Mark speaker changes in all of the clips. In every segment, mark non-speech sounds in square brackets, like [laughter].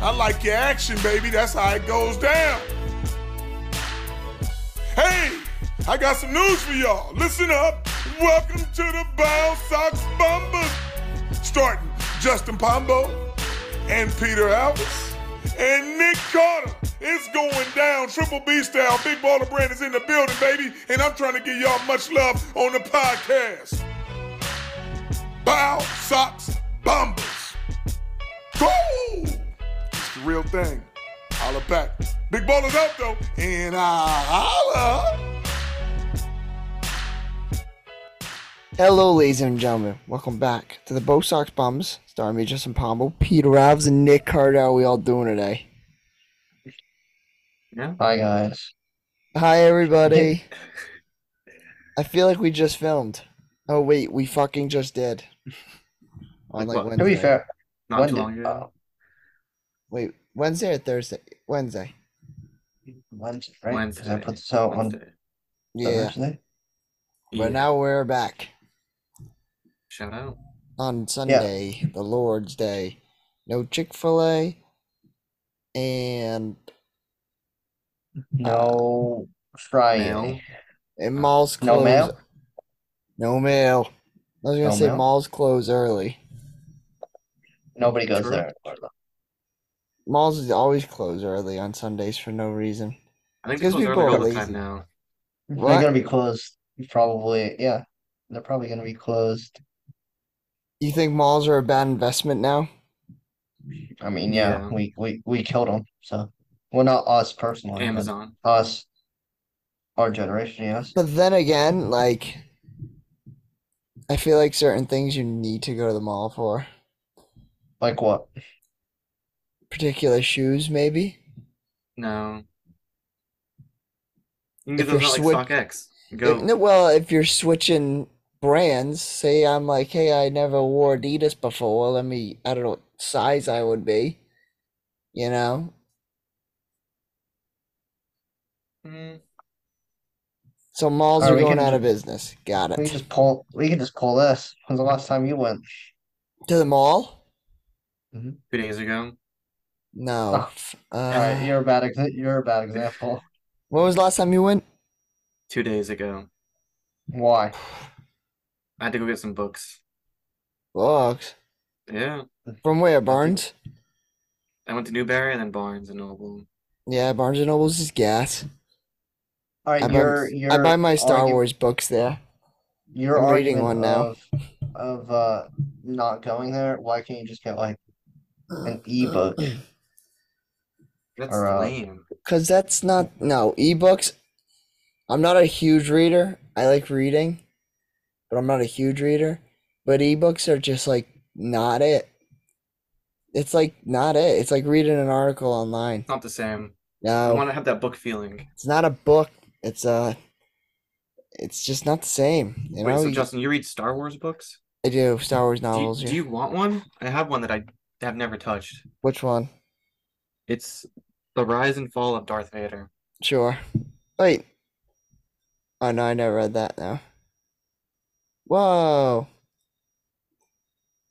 Speaker 1: I like your action, baby. That's how it goes down. Hey, I got some news for y'all. Listen up. Welcome to the Bound Sox Bombers. Starting Justin Pombo and Peter Alves and Nick Carter. It's going down. Triple B style. Big Baller Brand is in the building, baby. And I'm trying to give y'all much love on the podcast. Bow Sox Bombers. Go! It's the real thing. Holla back. Big Baller's out, though. And I holla.
Speaker 2: Hello, ladies and gentlemen. Welcome back to the Bo Sox Bums. Starring me, Justin Pombo, Peter Ravs, and Nick Carter. How we all doing eh? today?
Speaker 3: Hi guys.
Speaker 2: Hi,
Speaker 4: [laughs]
Speaker 2: everybody. I feel like we just filmed. Oh wait, we fucking just did. On
Speaker 4: Like
Speaker 2: like
Speaker 4: what?
Speaker 3: To
Speaker 2: Wednesday.
Speaker 3: be fair,
Speaker 4: Not
Speaker 3: when
Speaker 4: too
Speaker 3: did-
Speaker 4: long ago.
Speaker 3: oh,
Speaker 2: Wait, Wednesday or Thursday? Wednesday.
Speaker 3: Wednesday, right? 'Cause I
Speaker 4: Wednesday.
Speaker 3: put this
Speaker 2: uh,
Speaker 3: out on
Speaker 4: Wednesday.
Speaker 2: Yeah.
Speaker 3: Thursday.
Speaker 2: But now we're back
Speaker 4: shout out.
Speaker 2: on Sunday, the Lord's Day. No Chick Fil A, and
Speaker 3: No Friday.
Speaker 4: Mail.
Speaker 2: and malls
Speaker 3: No
Speaker 2: close.
Speaker 3: mail?
Speaker 2: No mail. I was gonna
Speaker 3: No
Speaker 2: say
Speaker 3: mail?
Speaker 2: malls close early.
Speaker 3: Nobody goes
Speaker 4: True.
Speaker 3: there. anymore,
Speaker 2: Malls always close early on Sundays for no reason.
Speaker 4: I think
Speaker 2: Because
Speaker 4: this was
Speaker 2: people
Speaker 4: early
Speaker 2: are
Speaker 4: all the time
Speaker 2: lazy.
Speaker 4: now.
Speaker 3: though.
Speaker 2: What?
Speaker 3: They're gonna be closed probably. Yeah, they're probably gonna be closed.
Speaker 2: You think malls are a bad investment now?
Speaker 3: I mean, yeah,
Speaker 4: Yeah.
Speaker 3: we we we killed them. So, well, not us personally, but
Speaker 4: Amazon.
Speaker 3: us, our generation. Yes.
Speaker 2: But then again, like, I feel like certain things you need to go to the mall for,
Speaker 3: Like what?
Speaker 2: particular shoes, maybe.
Speaker 4: No. You can get
Speaker 2: If you're
Speaker 4: those at,
Speaker 2: switch-
Speaker 4: like StockX.
Speaker 2: If-
Speaker 4: Go.
Speaker 2: no, well, if you're switching brands, say I'm like, hey, I never wore Adidas before. Let me, I don't know what size I would be, you know?
Speaker 4: Mm,
Speaker 2: So malls
Speaker 3: Or
Speaker 2: are
Speaker 3: we
Speaker 2: going
Speaker 3: can
Speaker 2: out
Speaker 3: ju-
Speaker 2: of business. Got
Speaker 3: We
Speaker 2: it.
Speaker 3: just pull. We can just pull this. When's the last time
Speaker 2: [sighs]
Speaker 3: you went?
Speaker 2: To the mall?
Speaker 4: two days ago.
Speaker 2: No.
Speaker 3: Oh, All right,
Speaker 2: Uh,
Speaker 3: you're a bad. Ex- you're a bad example.
Speaker 2: when was the last time you went?
Speaker 4: Two days ago.
Speaker 3: Why?
Speaker 4: I had to go get some books.
Speaker 2: Books.
Speaker 4: Yeah.
Speaker 2: From where? Barnes?
Speaker 4: I went to Newberry and then Barnes and Noble.
Speaker 2: Yeah, Barnes and Noble's is gas.
Speaker 3: All right,
Speaker 2: I buy,
Speaker 3: you're
Speaker 2: I buy
Speaker 3: you're
Speaker 2: my Star
Speaker 3: arguing-
Speaker 2: Wars books there.
Speaker 3: Your
Speaker 2: I'm reading one
Speaker 3: argument
Speaker 2: now.
Speaker 3: of of uh not going there, why can't you just get like an
Speaker 2: [clears throat]
Speaker 3: ebook?
Speaker 4: That's
Speaker 3: Or, uh,
Speaker 4: lame.
Speaker 2: Cause that's not no ebooks. I'm not a huge reader. I like reading, but I'm not a huge reader. But ebooks are just like not it. It's like not it. It's like reading an article online.
Speaker 4: It's not the same. I
Speaker 2: No,
Speaker 4: want to have that book feeling.
Speaker 2: it's not a book. It's a. It's just not the same. You
Speaker 4: Wait,
Speaker 2: know,
Speaker 4: so
Speaker 2: You-
Speaker 4: Justin, you read Star Wars books?
Speaker 2: I do Star Wars
Speaker 4: Do you-
Speaker 2: novels.
Speaker 4: do
Speaker 2: yeah.
Speaker 4: you want one? I have one that I have never touched.
Speaker 2: Which one?
Speaker 4: It's The Rise and Fall of Darth Vader.
Speaker 2: Sure. Wait. Oh no, I never read that now. Whoa.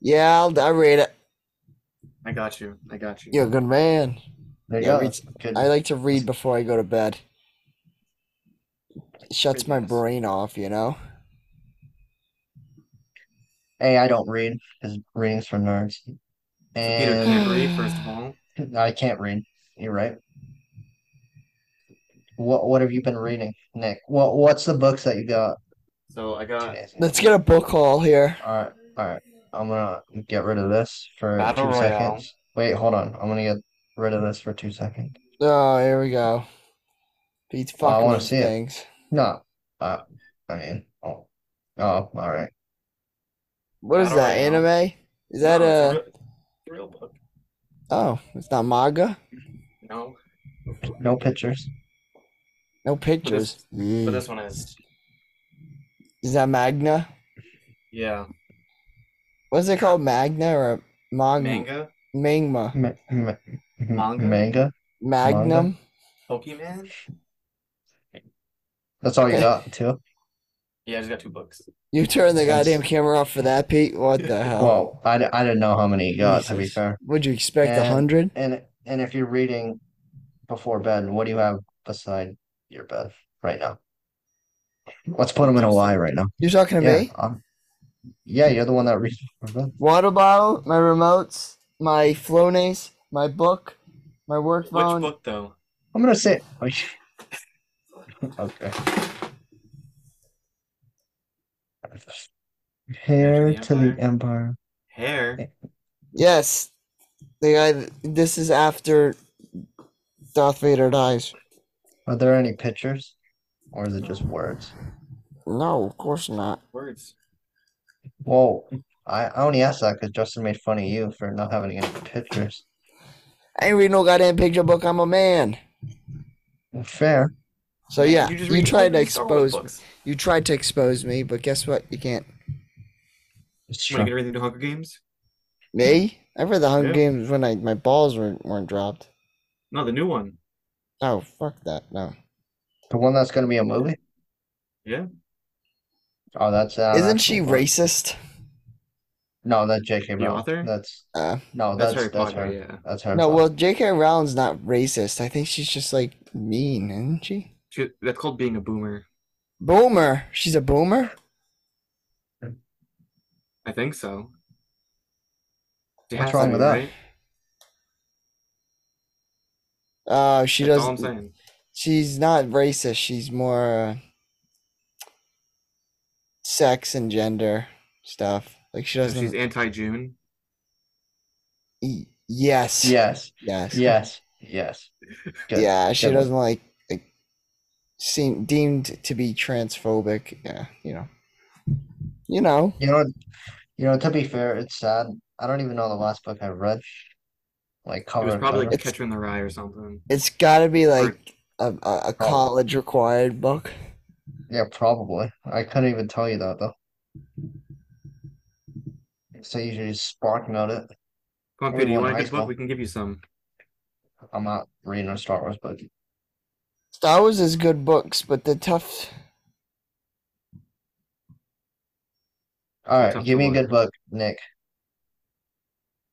Speaker 2: Yeah, I'll, I read it.
Speaker 4: I got you. I got you.
Speaker 2: You're a good man.
Speaker 3: There you
Speaker 2: Yeah,
Speaker 3: go.
Speaker 2: reads-
Speaker 3: Good.
Speaker 2: I like to read before I go to bed. It shuts my
Speaker 4: Pretty nice.
Speaker 2: brain off, you know?
Speaker 3: A, I don't read because reading's for nerds.
Speaker 4: Peter, can
Speaker 3: And
Speaker 4: you
Speaker 2: [sighs]
Speaker 4: read first of all?
Speaker 3: I can't read. You're right. What what have you been reading, Nick? What what's the books that you got
Speaker 4: So I got
Speaker 3: today?
Speaker 2: Let's get a book haul here.
Speaker 3: All right, all right. I'm gonna get rid of this for
Speaker 4: Battle
Speaker 3: two
Speaker 4: Royale.
Speaker 3: seconds. Wait, hold on. I'm gonna get rid of this for two seconds.
Speaker 2: Oh, here we go. Beats
Speaker 3: Well, Oh, I
Speaker 2: fucking
Speaker 3: wanna
Speaker 2: these
Speaker 3: see it.
Speaker 2: things.
Speaker 3: No, uh, I mean, oh, oh, all right.
Speaker 2: What is
Speaker 4: Battle
Speaker 2: that?
Speaker 4: Royale.
Speaker 2: Anime? Is that uh,
Speaker 4: No,
Speaker 2: a.
Speaker 4: it's a real, real book?
Speaker 2: Oh, it's not manga?
Speaker 4: No,
Speaker 3: No pictures.
Speaker 2: No pictures.
Speaker 4: but
Speaker 2: Mm.
Speaker 4: this one is.
Speaker 2: Is that Magna?
Speaker 4: Yeah,
Speaker 2: What's it called? Magna or Mag-
Speaker 4: manga,
Speaker 2: Magma?
Speaker 3: Ma- ma-
Speaker 4: Manga?
Speaker 3: manga.
Speaker 2: Magnum?
Speaker 4: Pokemon.
Speaker 3: That's all you got, too.
Speaker 4: Yeah, I just got two books.
Speaker 2: You turned the
Speaker 3: Yes.
Speaker 2: goddamn camera off for that, [laughs] Pete? What the hell?
Speaker 3: Well, I, d- I didn't know how many you got, to be
Speaker 2: Oh. Jesus.
Speaker 3: fair.
Speaker 2: Would you expect a
Speaker 3: And-
Speaker 2: hundred?
Speaker 3: And And if you're reading before bed, what do you have beside your bed right now? Let's put them in a lie right now.
Speaker 2: You're talking to
Speaker 3: yeah,
Speaker 2: me?
Speaker 3: um, yeah, you're the one that reads before bed.
Speaker 2: Water bottle, my remotes, my Flonase, my book, my work phone.
Speaker 4: Which book though?
Speaker 3: I'm gonna say. [laughs] okay. Hair to the empire.
Speaker 4: Hair.
Speaker 2: Eh. Yes, the guy. th- This is after Darth Vader dies.
Speaker 3: Are there any pictures, or is it just words?
Speaker 2: No, of course not.
Speaker 4: Words.
Speaker 3: Whoa! I, I only asked that because Justin made fun of you for not having any pictures.
Speaker 2: I ain't read no goddamn picture book. I'm a man.
Speaker 3: Fair.
Speaker 2: So yeah, you,
Speaker 4: just read
Speaker 2: tried to
Speaker 4: fucking Star Wars
Speaker 2: expose.
Speaker 4: books.
Speaker 2: You tried to expose me, but guess what? You can't.
Speaker 3: It's
Speaker 4: When you
Speaker 3: true.
Speaker 4: get everything to Hunger Games?
Speaker 2: Me? I read the Hunger
Speaker 4: Yeah.
Speaker 2: Games when I my balls weren't weren't dropped.
Speaker 4: No, the new one.
Speaker 2: Oh fuck that no.
Speaker 3: The one that's gonna be a movie.
Speaker 4: Yeah.
Speaker 3: Oh, that's uh,
Speaker 2: Isn't
Speaker 3: that's
Speaker 2: she
Speaker 3: cool.
Speaker 2: racist?
Speaker 3: No, that's J.K.
Speaker 4: The
Speaker 3: Rowling.
Speaker 4: author?
Speaker 3: That's
Speaker 2: Uh,
Speaker 3: no,
Speaker 4: That's,
Speaker 3: that's
Speaker 4: Harry
Speaker 3: that's
Speaker 4: Potter,
Speaker 3: her.
Speaker 4: yeah.
Speaker 3: That's her.
Speaker 2: no,
Speaker 3: fault.
Speaker 2: well J.K. Rowling's not racist. I think she's just like mean, isn't she?
Speaker 4: She, that's called being a boomer.
Speaker 2: Boomer. She's a boomer.
Speaker 4: I think so. She
Speaker 3: What's
Speaker 4: has to
Speaker 3: wrong
Speaker 4: be,
Speaker 3: with that?
Speaker 4: right?
Speaker 2: Uh, she
Speaker 4: That's all I'm
Speaker 2: doesn't.
Speaker 4: saying.
Speaker 2: she's not racist. She's more uh, sex and gender stuff. Like she
Speaker 4: So she's
Speaker 2: doesn't.
Speaker 4: anti June.
Speaker 2: e- yes. [laughs]
Speaker 3: Yes.
Speaker 2: Yes.
Speaker 3: Yes.
Speaker 4: [laughs]
Speaker 3: Yes. Good.
Speaker 2: Yeah. She
Speaker 3: good one.
Speaker 2: doesn't like like seem deemed to be transphobic. Yeah. You know. You know.
Speaker 3: You know, you know, to be fair, it's sad. I don't even know the last book I read. Like
Speaker 4: It
Speaker 3: cover
Speaker 4: was
Speaker 3: to
Speaker 4: probably like
Speaker 3: cover.
Speaker 2: It's-
Speaker 4: Catcher in the Rye or something.
Speaker 2: It's got to be
Speaker 4: Or-
Speaker 2: like a, a, a college required book.
Speaker 3: Yeah, probably. I couldn't even tell you that though. So you should just spark note it.
Speaker 4: Come on,
Speaker 3: Or
Speaker 4: Peter, you
Speaker 3: one
Speaker 4: want a
Speaker 3: high
Speaker 4: good
Speaker 3: school.
Speaker 4: book? We can give you some.
Speaker 3: I'm not reading a Star Wars book.
Speaker 2: Star Wars is good books, but they're tough.
Speaker 3: All right,
Speaker 4: tough to
Speaker 3: give me a
Speaker 4: learn.
Speaker 3: good book, Nick.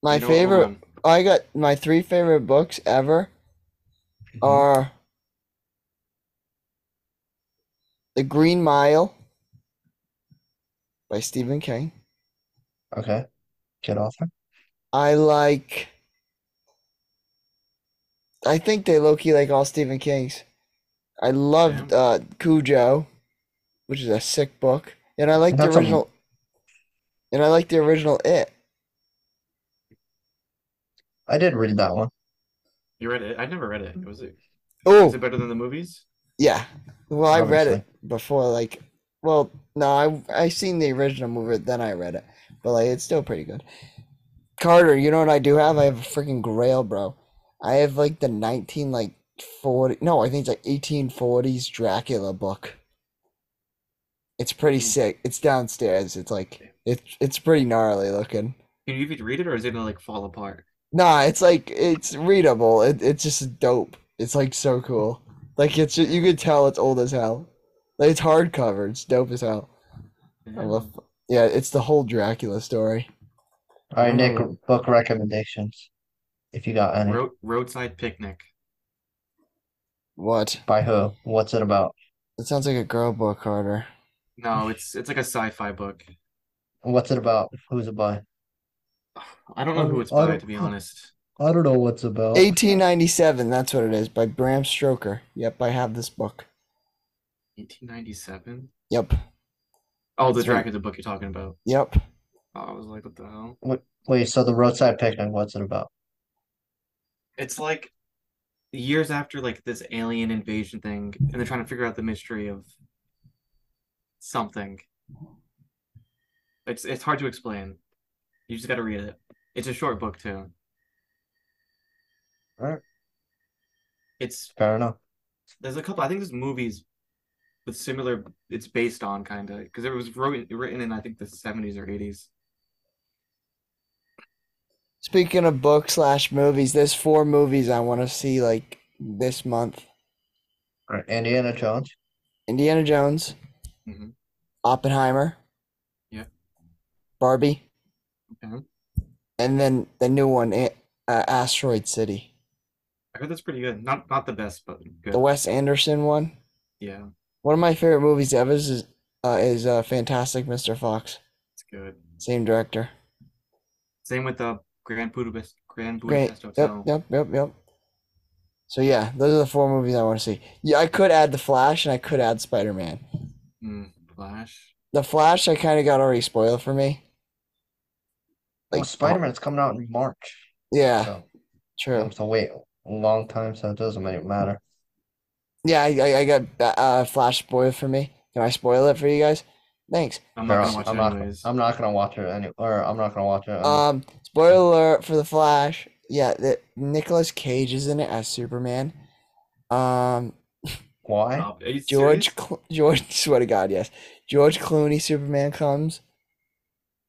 Speaker 2: My
Speaker 4: You know,
Speaker 2: favorite.
Speaker 4: um,
Speaker 2: I got my three favorite books ever are The Green Mile by Stephen King.
Speaker 3: Okay. Good author.
Speaker 2: I like I think they low key like all Stephen King's. I loved uh Cujo, which is a sick book. And I like the
Speaker 3: That's a-
Speaker 2: original and I like the original It.
Speaker 3: I did read that one.
Speaker 4: You read it? I never read it. Was it? Is
Speaker 2: Oh
Speaker 4: it better than the movies?
Speaker 2: yeah. Well I read
Speaker 3: Obviously.
Speaker 2: it before like well no I I seen the original movie then I read it. But like it's still pretty good. Carter, you know what I do have? I have a freaking grail, bro. I have like the nineteen like forty no, I think it's like eighteen forties Dracula book. It's pretty sick. It's downstairs. It's like it's it's pretty gnarly looking.
Speaker 4: Can you even read it, or is it gonna like fall apart?
Speaker 2: Nah, it's like it's readable. It, it's just dope. It's like so cool. Like it's ju- you could tell it's old as hell. Like it's hardcover. It's dope as hell. I love. Yeah, it's the whole Dracula story.
Speaker 3: All right, Nick,
Speaker 4: Mm.
Speaker 3: book recommendations. If you got any.
Speaker 4: Road, roadside picnic.
Speaker 2: What?
Speaker 3: By who? What's it about?
Speaker 2: It sounds like a girl book, Carter. [laughs]
Speaker 4: No, it's it's like a sci-fi book.
Speaker 3: What's it about? Who's it by?
Speaker 4: I don't know who it's
Speaker 3: Oh, I
Speaker 4: by,
Speaker 3: don't-
Speaker 4: to be honest.
Speaker 3: I don't know what's about.
Speaker 2: 1897, that's what it is, by Bram Stoker. Yep, I have this book.
Speaker 4: 1897.
Speaker 2: Yep,
Speaker 4: Oh, the
Speaker 2: That's right.
Speaker 4: Dracula book you're talking about.
Speaker 2: yep.
Speaker 4: Oh, I was like, what the hell?
Speaker 3: Wait, so the roadside picnic, what's it about?
Speaker 4: It's like years after like this alien invasion thing, and they're trying to figure out the mystery of something. It's it's hard to explain. You just got to read it. It's a short book too.
Speaker 3: Alright.
Speaker 4: It's
Speaker 3: Fair enough.
Speaker 4: there's a couple i think there's movies with similar it's based on kind of because it was wrote, written in i think the 70s or 80s
Speaker 2: Speaking of book slash movies, there's four movies I want to see like this month.
Speaker 3: All right, Indiana Jones.
Speaker 2: Indiana Jones,
Speaker 4: Mhm.
Speaker 2: Oppenheimer,
Speaker 4: Yeah.
Speaker 2: Barbie,
Speaker 4: Okay.
Speaker 2: and then the new one, A- uh, Asteroid City.
Speaker 4: I heard that's pretty good. Not not the best, but good.
Speaker 2: The Wes Anderson one.
Speaker 4: Yeah,
Speaker 2: One of my favorite movies ever is uh, is uh, Fantastic Mr. Fox.
Speaker 4: it's good.
Speaker 2: Same director.
Speaker 4: Same with the Grand Budapest Grand
Speaker 2: Great.
Speaker 4: Budapest
Speaker 2: Yep,
Speaker 4: Hotel.
Speaker 2: yep, yep, yep. So yeah, those are the four movies I want to see. Yeah, I could add The Flash and I could add Spider Man.
Speaker 4: Mm, Flash.
Speaker 2: The Flash I kind of got already spoiled for me.
Speaker 3: Like
Speaker 2: Like
Speaker 3: Spider Man, it's coming out in March.
Speaker 2: Yeah,
Speaker 3: So I
Speaker 2: true.
Speaker 3: have to wait a long time, so it doesn't really matter.
Speaker 2: Yeah, I, I, I got uh Flash spoiled for me. Can I spoil it for you guys? Thanks.
Speaker 4: I'm
Speaker 3: Or
Speaker 4: not
Speaker 3: else
Speaker 4: gonna watch
Speaker 3: I'm
Speaker 4: it
Speaker 3: not,
Speaker 4: anyways.
Speaker 3: I'm not gonna watch it any, or I'm not gonna watch it. unless-
Speaker 2: Um, spoiler alert for the Flash. Yeah, that Nicolas Cage is in it as Superman. Um,
Speaker 3: why?
Speaker 4: Stop. Are you serious?
Speaker 2: George Clo- George, [laughs] swear to God, yes. George Clooney Superman comes.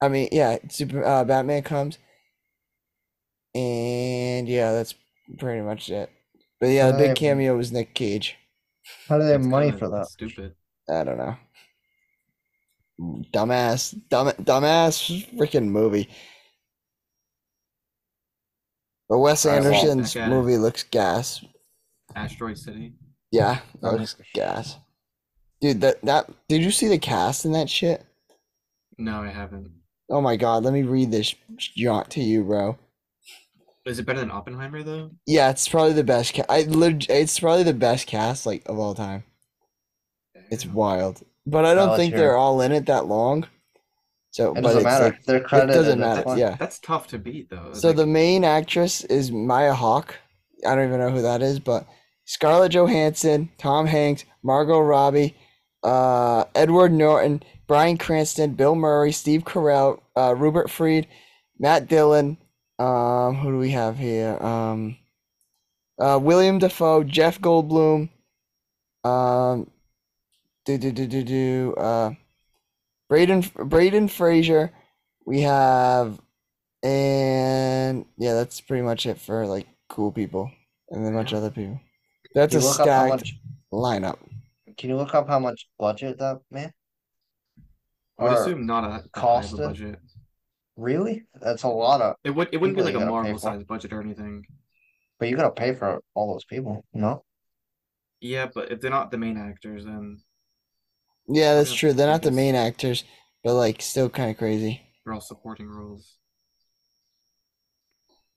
Speaker 2: I mean, yeah, Super uh, Batman comes. And yeah, that's pretty much it. But yeah, the
Speaker 3: I-
Speaker 2: big cameo was Nick Cage.
Speaker 3: How do they have
Speaker 4: That's
Speaker 3: money
Speaker 4: kinda
Speaker 3: for that?
Speaker 4: Stupid.
Speaker 2: I don't know. Dumbass, dumb, dumbass, freaking movie. But Wes
Speaker 3: Alright, well,
Speaker 2: Anderson's
Speaker 4: okay.
Speaker 2: movie looks gas.
Speaker 4: Asteroid City.
Speaker 3: [laughs]
Speaker 2: Yeah, that
Speaker 3: Okay.
Speaker 2: looks gas. Dude, that that did you see the cast in that shit?
Speaker 4: No, I haven't.
Speaker 2: Oh my god, let me read this jaunt to you, bro.
Speaker 4: Is it better than Oppenheimer though?
Speaker 2: Yeah, it's probably the best ca- I leg- it's probably the best cast like of all time. It's
Speaker 4: Damn.
Speaker 2: wild. But I don't
Speaker 3: let's
Speaker 2: think
Speaker 3: hear it.
Speaker 2: they're all in it that long. So
Speaker 3: It
Speaker 2: but
Speaker 3: doesn't
Speaker 2: it's
Speaker 3: matter.
Speaker 2: like
Speaker 3: They're
Speaker 2: it
Speaker 3: credited.
Speaker 2: doesn't
Speaker 3: that's
Speaker 2: matter.
Speaker 3: fine.
Speaker 2: Yeah.
Speaker 4: That's tough to beat though.
Speaker 2: So
Speaker 4: Like,
Speaker 2: the main actress is Maya Hawke. I don't even know who that is, but Scarlett Johansson, Tom Hanks, Margot Robbie, uh, Edward Norton, Brian Cranston, Bill Murray, Steve Carell, uh, Rupert Fried, Matt Dillon. Um, who do we have here? Um, uh, William Defoe, Jeff Goldblum. Um, do do do do do. Uh, Braden Braden Fraser. We have and yeah, that's pretty much it for like cool people and then a bunch of other people. That's
Speaker 3: Can
Speaker 2: a
Speaker 3: you look up how
Speaker 2: stacked
Speaker 3: much?
Speaker 2: lineup.
Speaker 3: Can you look up how much budget that man?
Speaker 4: I would
Speaker 3: Or
Speaker 4: assume not a, a high of a
Speaker 3: Costa?
Speaker 4: budget.
Speaker 3: really? That's a lot of.
Speaker 4: It would it wouldn't be
Speaker 3: People you
Speaker 4: like a
Speaker 3: gotta pay
Speaker 4: Marvel
Speaker 3: for.
Speaker 4: sized budget or anything.
Speaker 3: But you gotta pay for all those people. No.
Speaker 4: Yeah, but if they're not the main actors, then
Speaker 2: Yeah, that's
Speaker 4: Yeah,
Speaker 2: true. They're
Speaker 4: I
Speaker 2: not the
Speaker 4: guess.
Speaker 2: main actors, but like still kind of crazy.
Speaker 4: they're all supporting roles.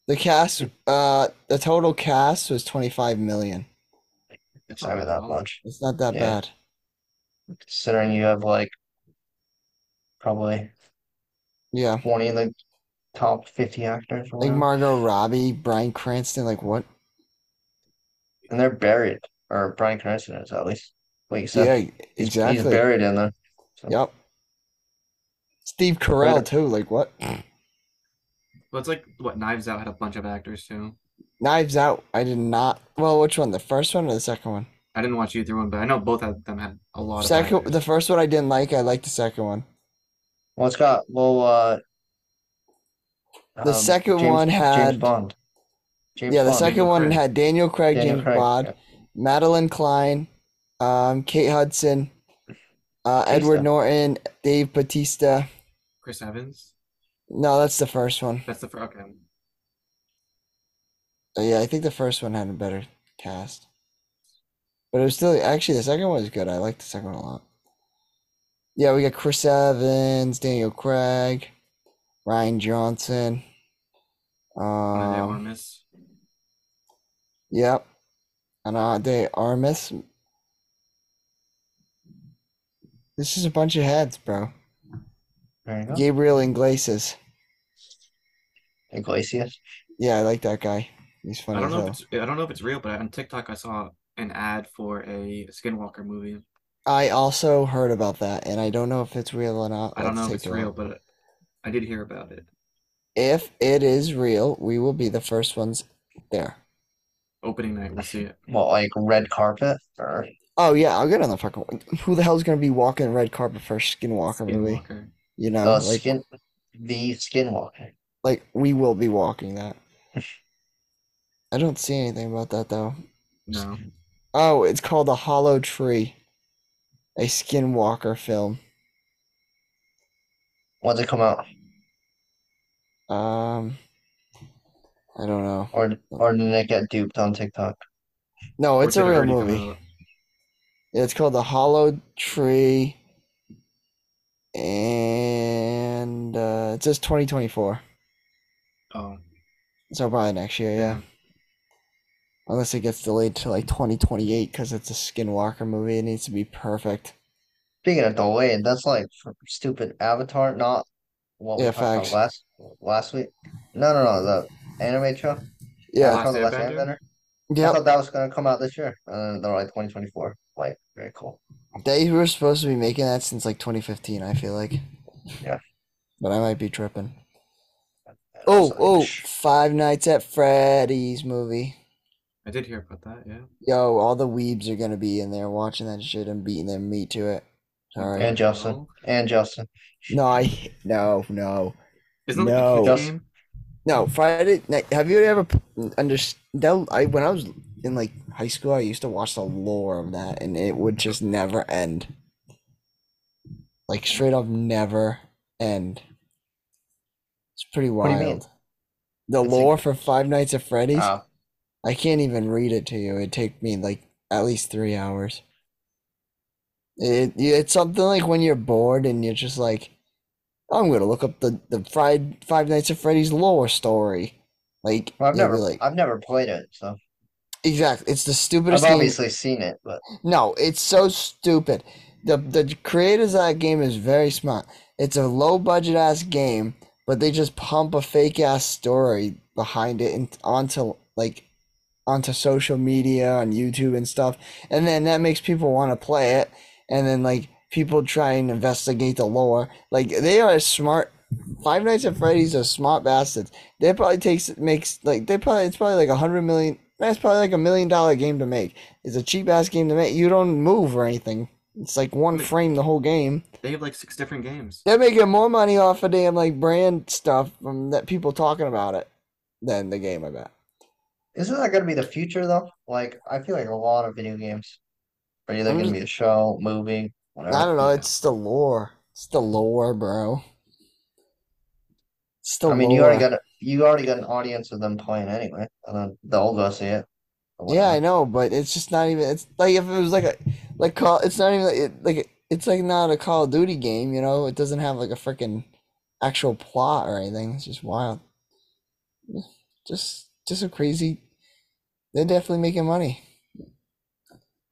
Speaker 2: The cast, uh, the total cast was 25 million.
Speaker 4: That's
Speaker 3: Sorry
Speaker 4: not
Speaker 3: that
Speaker 4: a lot.
Speaker 3: much.
Speaker 2: It's not that
Speaker 3: Yeah.
Speaker 2: bad.
Speaker 3: Considering you have like probably
Speaker 2: Yeah.
Speaker 3: twenty of the top fifty actors or
Speaker 2: Like
Speaker 3: whatever,
Speaker 2: Margot Robbie, Brian Cranston, like what?
Speaker 3: and they're buried. Or Brian Cranston is at least. Like you said,
Speaker 2: Yeah,
Speaker 3: he's, he's
Speaker 2: exactly.
Speaker 3: buried in there. So
Speaker 2: Yep. Steve Carell
Speaker 3: Right.
Speaker 2: too, like what?
Speaker 4: But it's like what Knives Out had a bunch of actors too.
Speaker 2: Knives Out. I did not. Well, which one? The first one or the second one?
Speaker 4: I didn't watch either one, but I know both of them had a lot of
Speaker 2: Second,
Speaker 4: actors.
Speaker 2: the first one I didn't like. I liked the second one.
Speaker 3: Well, it's got well. Uh, um,
Speaker 2: The second
Speaker 3: James,
Speaker 2: one
Speaker 3: James
Speaker 2: had
Speaker 3: Bond. James
Speaker 2: yeah, the
Speaker 3: Bond,
Speaker 2: second
Speaker 4: Daniel
Speaker 2: one
Speaker 4: Craig.
Speaker 2: had Daniel Craig,
Speaker 3: Daniel
Speaker 2: James
Speaker 3: Craig,
Speaker 2: Bond,
Speaker 3: yeah.
Speaker 2: Madeline Klein, um, Kate Hudson, uh, Edward
Speaker 3: Batista.
Speaker 2: Norton, Dave Batista.
Speaker 4: Chris Evans.
Speaker 2: No, that's the first one.
Speaker 4: That's the first. Okay.
Speaker 2: Uh, yeah, I think the first one had a better cast, but it was still actually the second one was good. I liked the second one a lot. Yeah, we got Chris Evans, Daniel Craig, Ryan Johnson.
Speaker 4: Ana de
Speaker 2: Um,
Speaker 4: Armas.
Speaker 2: Yep. uh, Ana de Armas. This is a bunch of heads, bro.
Speaker 3: There you go.
Speaker 2: Gabriel Iglesias.
Speaker 3: Iglesias.
Speaker 2: Yeah, I like that guy. He's
Speaker 4: I
Speaker 2: funny
Speaker 4: don't
Speaker 2: as
Speaker 4: know if
Speaker 2: hell.
Speaker 4: it's I don't know if it's real, but on TikTok I saw an ad for a Skinwalker movie.
Speaker 2: I also heard about that, and I don't know if it's real or not.
Speaker 4: I don't
Speaker 2: Let's
Speaker 4: know if
Speaker 2: take
Speaker 4: it's
Speaker 2: a
Speaker 4: real,
Speaker 2: look.
Speaker 4: but I did hear about it.
Speaker 2: If it is real, we will be the first ones there.
Speaker 4: Opening night, we'll see it.
Speaker 2: [laughs]
Speaker 3: What, like red carpet? Or
Speaker 2: Oh yeah, I'll get on the fucking. Who the hell's gonna be walking red carpet for a Skinwalker movie?
Speaker 4: Skinwalker.
Speaker 2: You
Speaker 3: the
Speaker 2: know, like
Speaker 3: skin, the skinwalker.
Speaker 2: like we will be walking
Speaker 4: [laughs]
Speaker 2: that. I don't see anything about that though.
Speaker 4: No.
Speaker 2: Oh, it's called The Hollow Tree, a Skinwalker film.
Speaker 3: When's it come out?
Speaker 2: Um, I don't know.
Speaker 3: Or or did it get duped on TikTok?
Speaker 2: No,
Speaker 4: Or
Speaker 2: it's a
Speaker 4: did it
Speaker 2: real
Speaker 4: already come
Speaker 2: movie.
Speaker 4: out?
Speaker 2: Yeah, It's called The Hollow Tree. And uh, it says 2024.
Speaker 4: Oh,
Speaker 2: So probably next year, yeah. Unless it gets delayed to like 2028 because it's a Skinwalker movie. It needs to be perfect.
Speaker 3: Speaking of delayed, that's like f- stupid Avatar, not what we
Speaker 2: Yeah,
Speaker 3: talked about
Speaker 2: facts.
Speaker 3: last last week. No, no, no, the anime show.
Speaker 2: Yeah.
Speaker 4: Last
Speaker 3: Avatar: The Last
Speaker 4: Airbender?
Speaker 3: Airbender. I
Speaker 2: Yep.
Speaker 3: thought that was gonna come out this year, and they're like 2024. Like, very cool.
Speaker 2: They were supposed to be making that since like 2015, I feel like.
Speaker 3: Yeah.
Speaker 2: But I might be tripping.
Speaker 3: And I was
Speaker 2: Oh,
Speaker 3: like,
Speaker 2: oh,
Speaker 3: "Shh."
Speaker 2: Five Nights at Freddy's movie.
Speaker 4: I did hear about that. Yeah.
Speaker 2: Yo, all the weebs are gonna be in there watching that shit and beating their meat to it. Sorry.
Speaker 3: And Justin.
Speaker 4: No.
Speaker 3: And Justin,
Speaker 2: No, I no no
Speaker 4: Isn't
Speaker 2: No.
Speaker 4: that the kid
Speaker 3: Just-
Speaker 4: game?
Speaker 2: no. Friday night. Have you ever p- underst That I when I was in like high school, I used to watch the lore of that, and it would just never end. Like straight up, never end. It's pretty
Speaker 3: What do you mean?
Speaker 2: wild. The
Speaker 3: It's like-
Speaker 2: lore for Five Nights at Freddy's.
Speaker 3: uh,
Speaker 2: I can't even read it to you. It'd take me like at least three hours. It it's something like when you're bored and you're just like, I'm gonna look up the the fried Five Nights at Freddy's lore story. Like
Speaker 3: well, I've
Speaker 2: you'll be
Speaker 3: never,
Speaker 2: like
Speaker 3: I've never played it, so
Speaker 2: exactly. It's the
Speaker 3: I've
Speaker 2: stupidest thing.
Speaker 3: obviously seen it, but
Speaker 2: No, it's so stupid. The the creators of that game is very smart. It's a low budget ass game, but they just pump a fake ass story behind it and onto like onto social media on YouTube and stuff. And then that makes people want to play it and then like people try and investigate the lore. Like they are smart Five Nights at Freddy's are smart bastards. They probably takes makes like they probably it's probably like a hundred million that's probably like a million dollar game to make. It's a cheap ass game to make. You don't move or anything. It's like one
Speaker 4: Mm.
Speaker 2: frame the whole game.
Speaker 4: They have like six different games.
Speaker 2: They're making more money off of damn like brand stuff from that people talking about it than the game. I bet.
Speaker 3: isn't that gonna be the future though? Like, I feel like a lot of video games are either
Speaker 2: I'm
Speaker 3: gonna
Speaker 2: just-
Speaker 3: be a show, movie, whatever.
Speaker 2: I don't know.
Speaker 4: Yeah.
Speaker 2: It's the lore. It's the lore, bro. It's the
Speaker 3: I mean, you already
Speaker 2: lore.
Speaker 3: got a, you already got an audience of them playing anyway, and then they'll go see it. or
Speaker 2: Yeah, I
Speaker 3: whatnot.
Speaker 2: know, but it's just not even. It's like if it was like a like call. It's not even like it, like it's like not a Call of Duty game. You know, it doesn't have like a freaking actual plot or anything. It's just wild. Just just a crazy. They're definitely making money.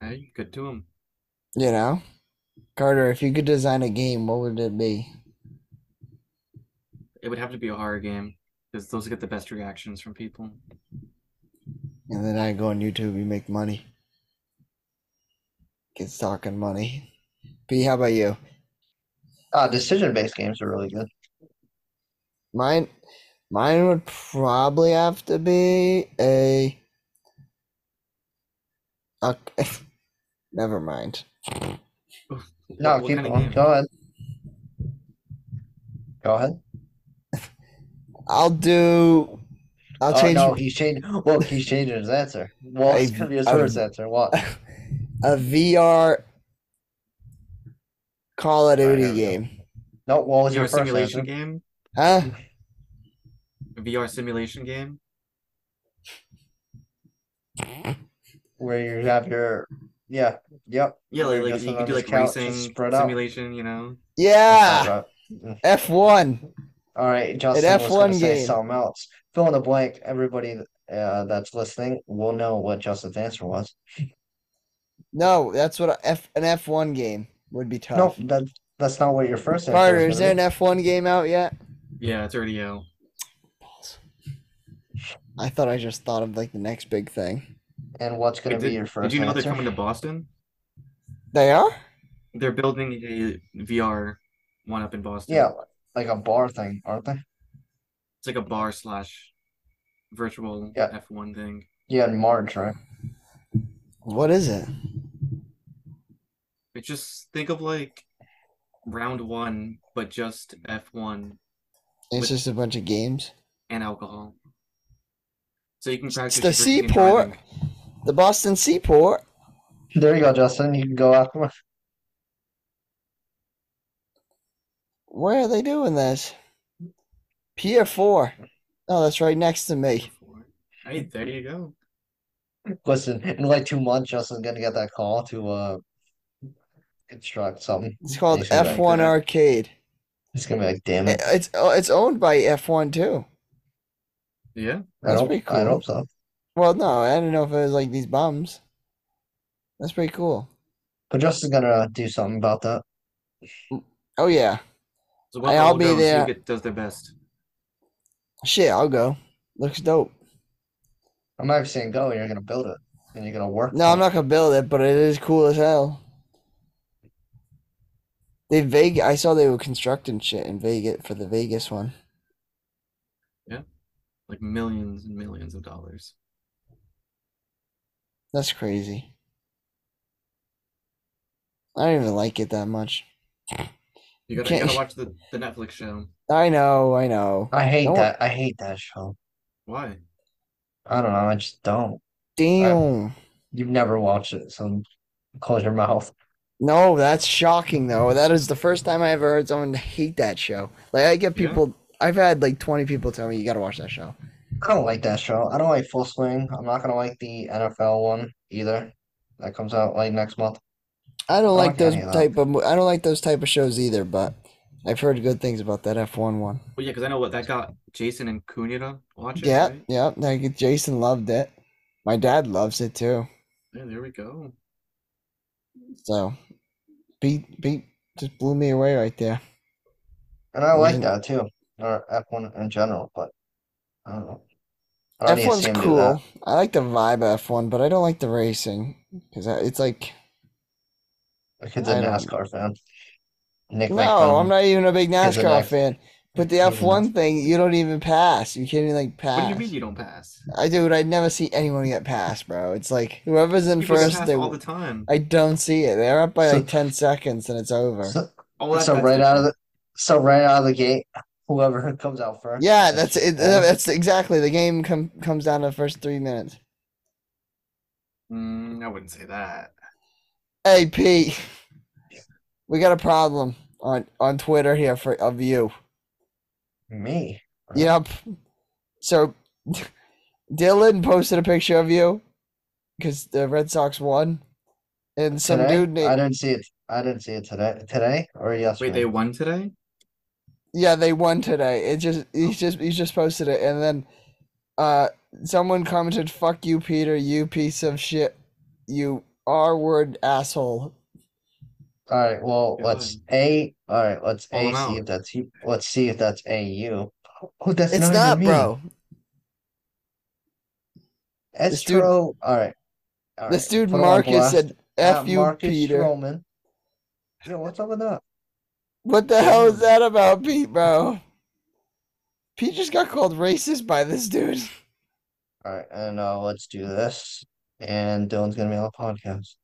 Speaker 4: Hey, good to them.
Speaker 2: You know, Carter, if you could design a game, what would it be?
Speaker 4: It would have to be a horror game because those get the best reactions from people.
Speaker 2: And then I go on YouTube, you make money. Kids talking money. P, how about you?
Speaker 3: Uh, decision-based games are really good.
Speaker 2: Mine, mine would probably have to be a. a [laughs] never mind.
Speaker 3: No,
Speaker 4: What- what
Speaker 3: keep
Speaker 4: kind of
Speaker 3: going.
Speaker 4: game?
Speaker 3: Go ahead. Go ahead.
Speaker 2: I'll do. I'll
Speaker 3: oh
Speaker 2: change
Speaker 3: no, he's changed. Look, he's changing his answer. Well, [laughs] it's
Speaker 2: I-
Speaker 3: gonna be his
Speaker 2: I-
Speaker 3: first answer. What?
Speaker 2: a VR Call of
Speaker 3: Alright,
Speaker 2: Duty
Speaker 3: there we go.
Speaker 2: game.
Speaker 3: No, what was
Speaker 4: VR
Speaker 3: your first
Speaker 4: simulation
Speaker 3: answer?
Speaker 4: game?
Speaker 2: Huh?
Speaker 4: A VR simulation game?
Speaker 3: Where you have your, yeah, yep.
Speaker 4: Yeah,
Speaker 3: Where
Speaker 4: like,
Speaker 3: you're
Speaker 4: like
Speaker 3: just
Speaker 4: you
Speaker 3: on
Speaker 4: could do
Speaker 3: the
Speaker 4: like
Speaker 3: couch, just
Speaker 4: racing
Speaker 3: spread out.
Speaker 4: simulation, you know?
Speaker 2: Yeah!
Speaker 3: All right.
Speaker 2: F1.
Speaker 3: All right, Justin was
Speaker 2: F1
Speaker 3: gonna say
Speaker 2: game.
Speaker 3: something else. Fill in the blank. Everybody uh, that's listening will know what Justin's answer was.
Speaker 2: No, that's what a F an F1 game would be
Speaker 3: No,
Speaker 2: tough.
Speaker 3: that that's not what your first answer
Speaker 2: Carter,
Speaker 3: was
Speaker 2: is
Speaker 3: gonna
Speaker 2: there an F1 game out yet?
Speaker 4: Yeah, it's already out.
Speaker 2: I thought I just thought of like the next big thing.
Speaker 3: be. And what's gonna
Speaker 4: Wait,
Speaker 3: be
Speaker 4: did,
Speaker 3: your
Speaker 4: did
Speaker 3: first
Speaker 4: you know
Speaker 3: answer?
Speaker 4: they're coming to Boston?
Speaker 2: They are?
Speaker 4: They're building a VR one up in Boston.
Speaker 3: Yeah, like a bar thing, aren't they?
Speaker 4: It's like a bar slash virtual
Speaker 3: Yeah.
Speaker 4: F1 thing.
Speaker 3: Yeah, in March, right?
Speaker 2: What is it?
Speaker 4: But just think of like round one, but just F1
Speaker 2: It's
Speaker 4: With-
Speaker 2: just a bunch of games.
Speaker 4: and alcohol. So you can practice
Speaker 2: the
Speaker 4: drinking and
Speaker 2: seaport.
Speaker 4: driving.
Speaker 2: The Boston Seaport.
Speaker 3: There you go, Justin. You can go after me.
Speaker 2: Where are they doing this? Pier 4. Oh, that's right next to me.
Speaker 4: Before. Hey, there you go.
Speaker 3: [laughs] Listen, in like two months, Justin's gonna get that call to uh construct something.
Speaker 2: It's called
Speaker 3: Basically, like,
Speaker 2: F1
Speaker 3: uh,
Speaker 2: Arcade.
Speaker 3: He's gonna be like, damn
Speaker 2: It-
Speaker 3: it.
Speaker 2: It's oh, it's owned by F1 too.
Speaker 4: Yeah.
Speaker 3: I
Speaker 2: that's
Speaker 3: don't
Speaker 2: pretty
Speaker 3: I
Speaker 2: cool.
Speaker 3: hope so.
Speaker 2: Well, no, I don't know if it was like these bums. That's pretty cool.
Speaker 3: But Justin's gonna do something about that.
Speaker 2: Oh yeah,
Speaker 4: So what
Speaker 2: Hey, I'll be there.
Speaker 4: Who get, does their best?
Speaker 2: shit, I'll go. Looks dope.
Speaker 3: I'm not even saying go, you're gonna build it and you're gonna work.
Speaker 2: No, I'm
Speaker 3: on it.
Speaker 2: not gonna build it, but it is cool as hell. They Vegas. I saw they were constructing shit in Vegas for the Vegas one.
Speaker 4: Like millions and millions of dollars.
Speaker 2: That's crazy. I don't even like it that much.
Speaker 4: You gotta,
Speaker 2: Can't- [laughs]
Speaker 4: you gotta watch the, the Netflix show.
Speaker 2: I know, I know.
Speaker 3: I hate
Speaker 2: Don't-
Speaker 3: that. I hate that show.
Speaker 4: Why?
Speaker 3: I don't know. I just don't.
Speaker 2: Damn.
Speaker 3: You've never watched it, so close your mouth.
Speaker 2: No, that's shocking though. That is the first time I ever heard someone hate that show. Like I get
Speaker 4: Yeah.
Speaker 2: people I've had like 20 people tell me you got to watch that show.
Speaker 3: I don't like that show. I don't like Full Swing. I'm not gonna like the NFL one either. That comes out like next month.
Speaker 2: I don't
Speaker 3: I
Speaker 2: like
Speaker 3: like any
Speaker 2: those
Speaker 3: of that.
Speaker 2: type of mo- I don't like those type of shows either, but I've heard good things about that F1 one.
Speaker 4: Well, yeah, because I know what that got Jason and Cunha to watch it.
Speaker 2: Yeah,
Speaker 4: right?
Speaker 2: yeah. Like Jason loved it. My dad loves it too.
Speaker 4: Yeah, there we go.
Speaker 2: So beat beat just blew me away right there.
Speaker 3: And I like
Speaker 2: Wasn't-
Speaker 3: that too, or F1 in general, but I don't know. I don't need to
Speaker 2: F1's
Speaker 3: see him do that.
Speaker 2: cool. I like the vibe of F1, but I don't like the racing because it's like
Speaker 3: The kid's a
Speaker 2: I don't-
Speaker 3: NASCAR fan. Nick
Speaker 2: No, I'm
Speaker 3: Nicknam.
Speaker 2: not even a big
Speaker 3: Here's the
Speaker 2: NASCAR
Speaker 3: next-
Speaker 2: fan. But the
Speaker 3: here's the
Speaker 2: F1 thing, you don't even pass. You can't even like pass.
Speaker 4: What do you mean you don't pass?
Speaker 2: I dude, I never see anyone get past, bro. It's like whoever's in
Speaker 4: People get
Speaker 2: first,
Speaker 4: passed
Speaker 2: they,
Speaker 4: all the time.
Speaker 2: I don't see it. They're up by
Speaker 3: So-
Speaker 2: like ten seconds and it's over.
Speaker 3: So,
Speaker 4: Oh, that-
Speaker 3: so
Speaker 4: that's
Speaker 3: right out of the
Speaker 4: different.
Speaker 3: so right out of the gate, whoever [laughs] comes out first.
Speaker 2: yeah, that's it.
Speaker 3: Yeah.
Speaker 2: That's exactly the game. Com- comes down to the first three minutes.
Speaker 4: Mm, I wouldn't say that.
Speaker 2: Hey Pete, we got a problem on on Twitter here for of you.
Speaker 3: me.
Speaker 2: Yep. So [laughs] Dylan posted a picture of you because the Red Sox won, and some
Speaker 3: Today?
Speaker 2: dude named
Speaker 3: I didn't see it. I didn't see it today. Today or
Speaker 4: Wait,
Speaker 3: yesterday?
Speaker 4: they won today?
Speaker 2: yeah they won today. It just he's just he's just posted it, and then uh someone commented "fuck you Peter, you piece of shit, you R word asshole."
Speaker 3: All right. Well,
Speaker 4: They
Speaker 3: let's
Speaker 4: won.
Speaker 3: a. All right. Let's
Speaker 4: Call
Speaker 3: a.
Speaker 4: them
Speaker 3: See
Speaker 4: out.
Speaker 3: if that's you. Let's see if that's a you. Oh, that's
Speaker 2: It's
Speaker 3: not,
Speaker 2: not,
Speaker 3: even me.
Speaker 2: bro. This dude-
Speaker 3: Estro. All right. All
Speaker 2: This
Speaker 3: right,
Speaker 2: dude
Speaker 3: put him on
Speaker 2: Marcus
Speaker 3: blast.
Speaker 2: said
Speaker 3: Uh,
Speaker 2: "f you
Speaker 3: Marcus
Speaker 2: Peter."
Speaker 3: Stroman. Yo, what's up with that?
Speaker 2: What the hell is
Speaker 4: Mm.
Speaker 2: that about, Pete, bro? Pete just got called racist by this dude.
Speaker 3: All right, and uh, let's do this. And Dylan's gonna be on the podcast.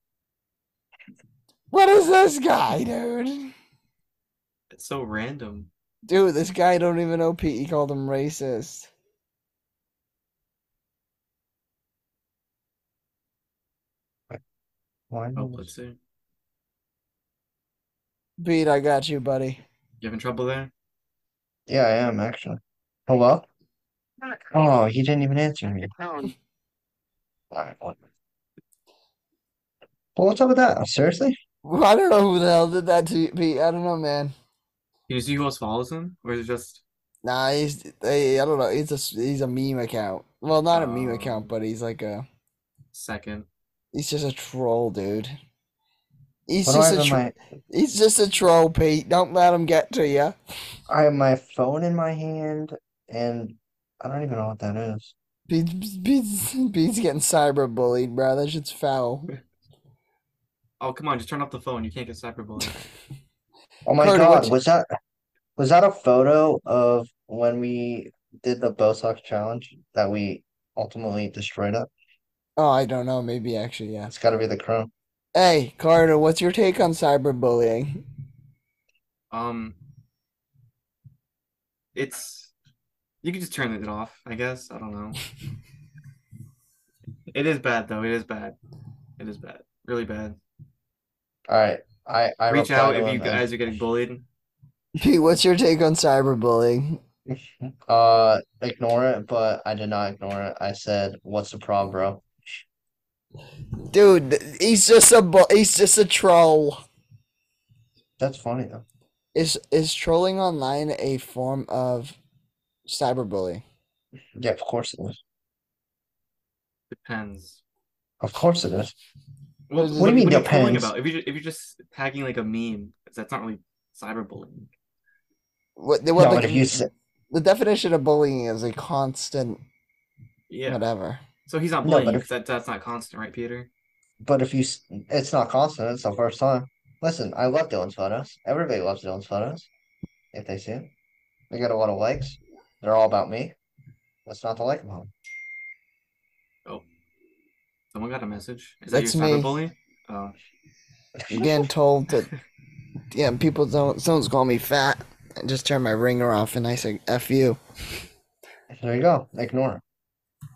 Speaker 2: What is this guy, dude?
Speaker 4: It's so random.
Speaker 2: Dude, this guy don't even know Pete. He called him racist.
Speaker 3: Why?
Speaker 4: Oh,
Speaker 2: Mm.
Speaker 3: not?
Speaker 4: let's see. You
Speaker 2: Pete, I got you, buddy.
Speaker 4: having trouble there?
Speaker 3: Yeah, I am actually. Hello? Oh, he didn't even answer me. All right, what? Well, what's up with that? Seriously?
Speaker 2: Well, I don't know who the hell did that to you, Pete. I don't know, man.
Speaker 4: Can you see who else follows him? Or is it just
Speaker 2: Nah, he's hey, I don't know. He's a s- he's a meme account. Well, not a meme
Speaker 4: Oh.
Speaker 3: Um.
Speaker 2: account, but he's like a
Speaker 4: second?
Speaker 2: he's just a troll, dude. He's
Speaker 3: What do
Speaker 2: just
Speaker 3: I have
Speaker 2: a
Speaker 3: in
Speaker 2: tro-
Speaker 3: my
Speaker 2: he's just a troll, Pete. Don't let him get to you.
Speaker 3: I have my phone in my hand and I don't even know what that is.
Speaker 2: Pete's, Pete's, Pete's getting cyberbullied, bro. That shit's foul.
Speaker 4: Oh, come on, just turn off the phone. You can't get cyberbullied.
Speaker 3: Oh my
Speaker 2: Cody,
Speaker 3: God,
Speaker 2: what's-
Speaker 3: was that was that a photo of when we did the Bosox challenge that we ultimately destroyed it?
Speaker 2: Oh, I don't know. Maybe actually, yeah.
Speaker 3: It's gotta be the crown.
Speaker 2: Hey, Carter, what's your take on cyberbullying?
Speaker 4: Um, it's you can just turn it off, I guess. I don't
Speaker 3: [laughs]
Speaker 4: know. It is bad though. It is bad. It is bad. Really bad.
Speaker 3: All right. I I
Speaker 4: Reach
Speaker 3: replied
Speaker 4: out
Speaker 3: to
Speaker 4: if
Speaker 3: him
Speaker 4: you
Speaker 3: and-
Speaker 4: guys are getting bullied.
Speaker 2: Pete, what's your take on cyberbullying?
Speaker 3: Uh, ignore it, but I did not ignore it. I said, "What's the problem, bro?"
Speaker 2: Dude, th- he's just a bu- he's just a troll.
Speaker 3: That's funny though.
Speaker 2: Is is trolling online a form of cyberbullying?
Speaker 3: Yeah, of course it is.
Speaker 4: Depends.
Speaker 3: Of course it is.
Speaker 4: Well,
Speaker 2: What do
Speaker 3: you mean
Speaker 4: are trolling
Speaker 3: depends?
Speaker 4: about? If you if you're just tagging like a meme, that's not really cyberbullying.
Speaker 2: What, the- what
Speaker 3: No,
Speaker 2: the,
Speaker 3: but if you s-
Speaker 2: the definition of bullying is a constant
Speaker 4: Yeah. [laughs]
Speaker 2: whatever.
Speaker 4: So he's not
Speaker 3: No,
Speaker 4: bullying.
Speaker 3: but
Speaker 4: you,
Speaker 3: if-
Speaker 4: 'cause that, that's not constant, right, Peter?
Speaker 3: but if you, s- it's not constant. It's the first time. Listen, I love Dylan's photos. Everybody loves Dylan's photos. If they see it, they got a lot of likes. They're all about me. What's not to like [laughs] about 'em?
Speaker 4: Oh. Someone got a message. Is that
Speaker 2: That's
Speaker 4: your
Speaker 2: me.
Speaker 4: cyberbully? Oh,
Speaker 2: You're getting told that yeah, people don't someone's calling me fat. I just turned my ringer off and I said F you.
Speaker 3: There you go. Ignore. it.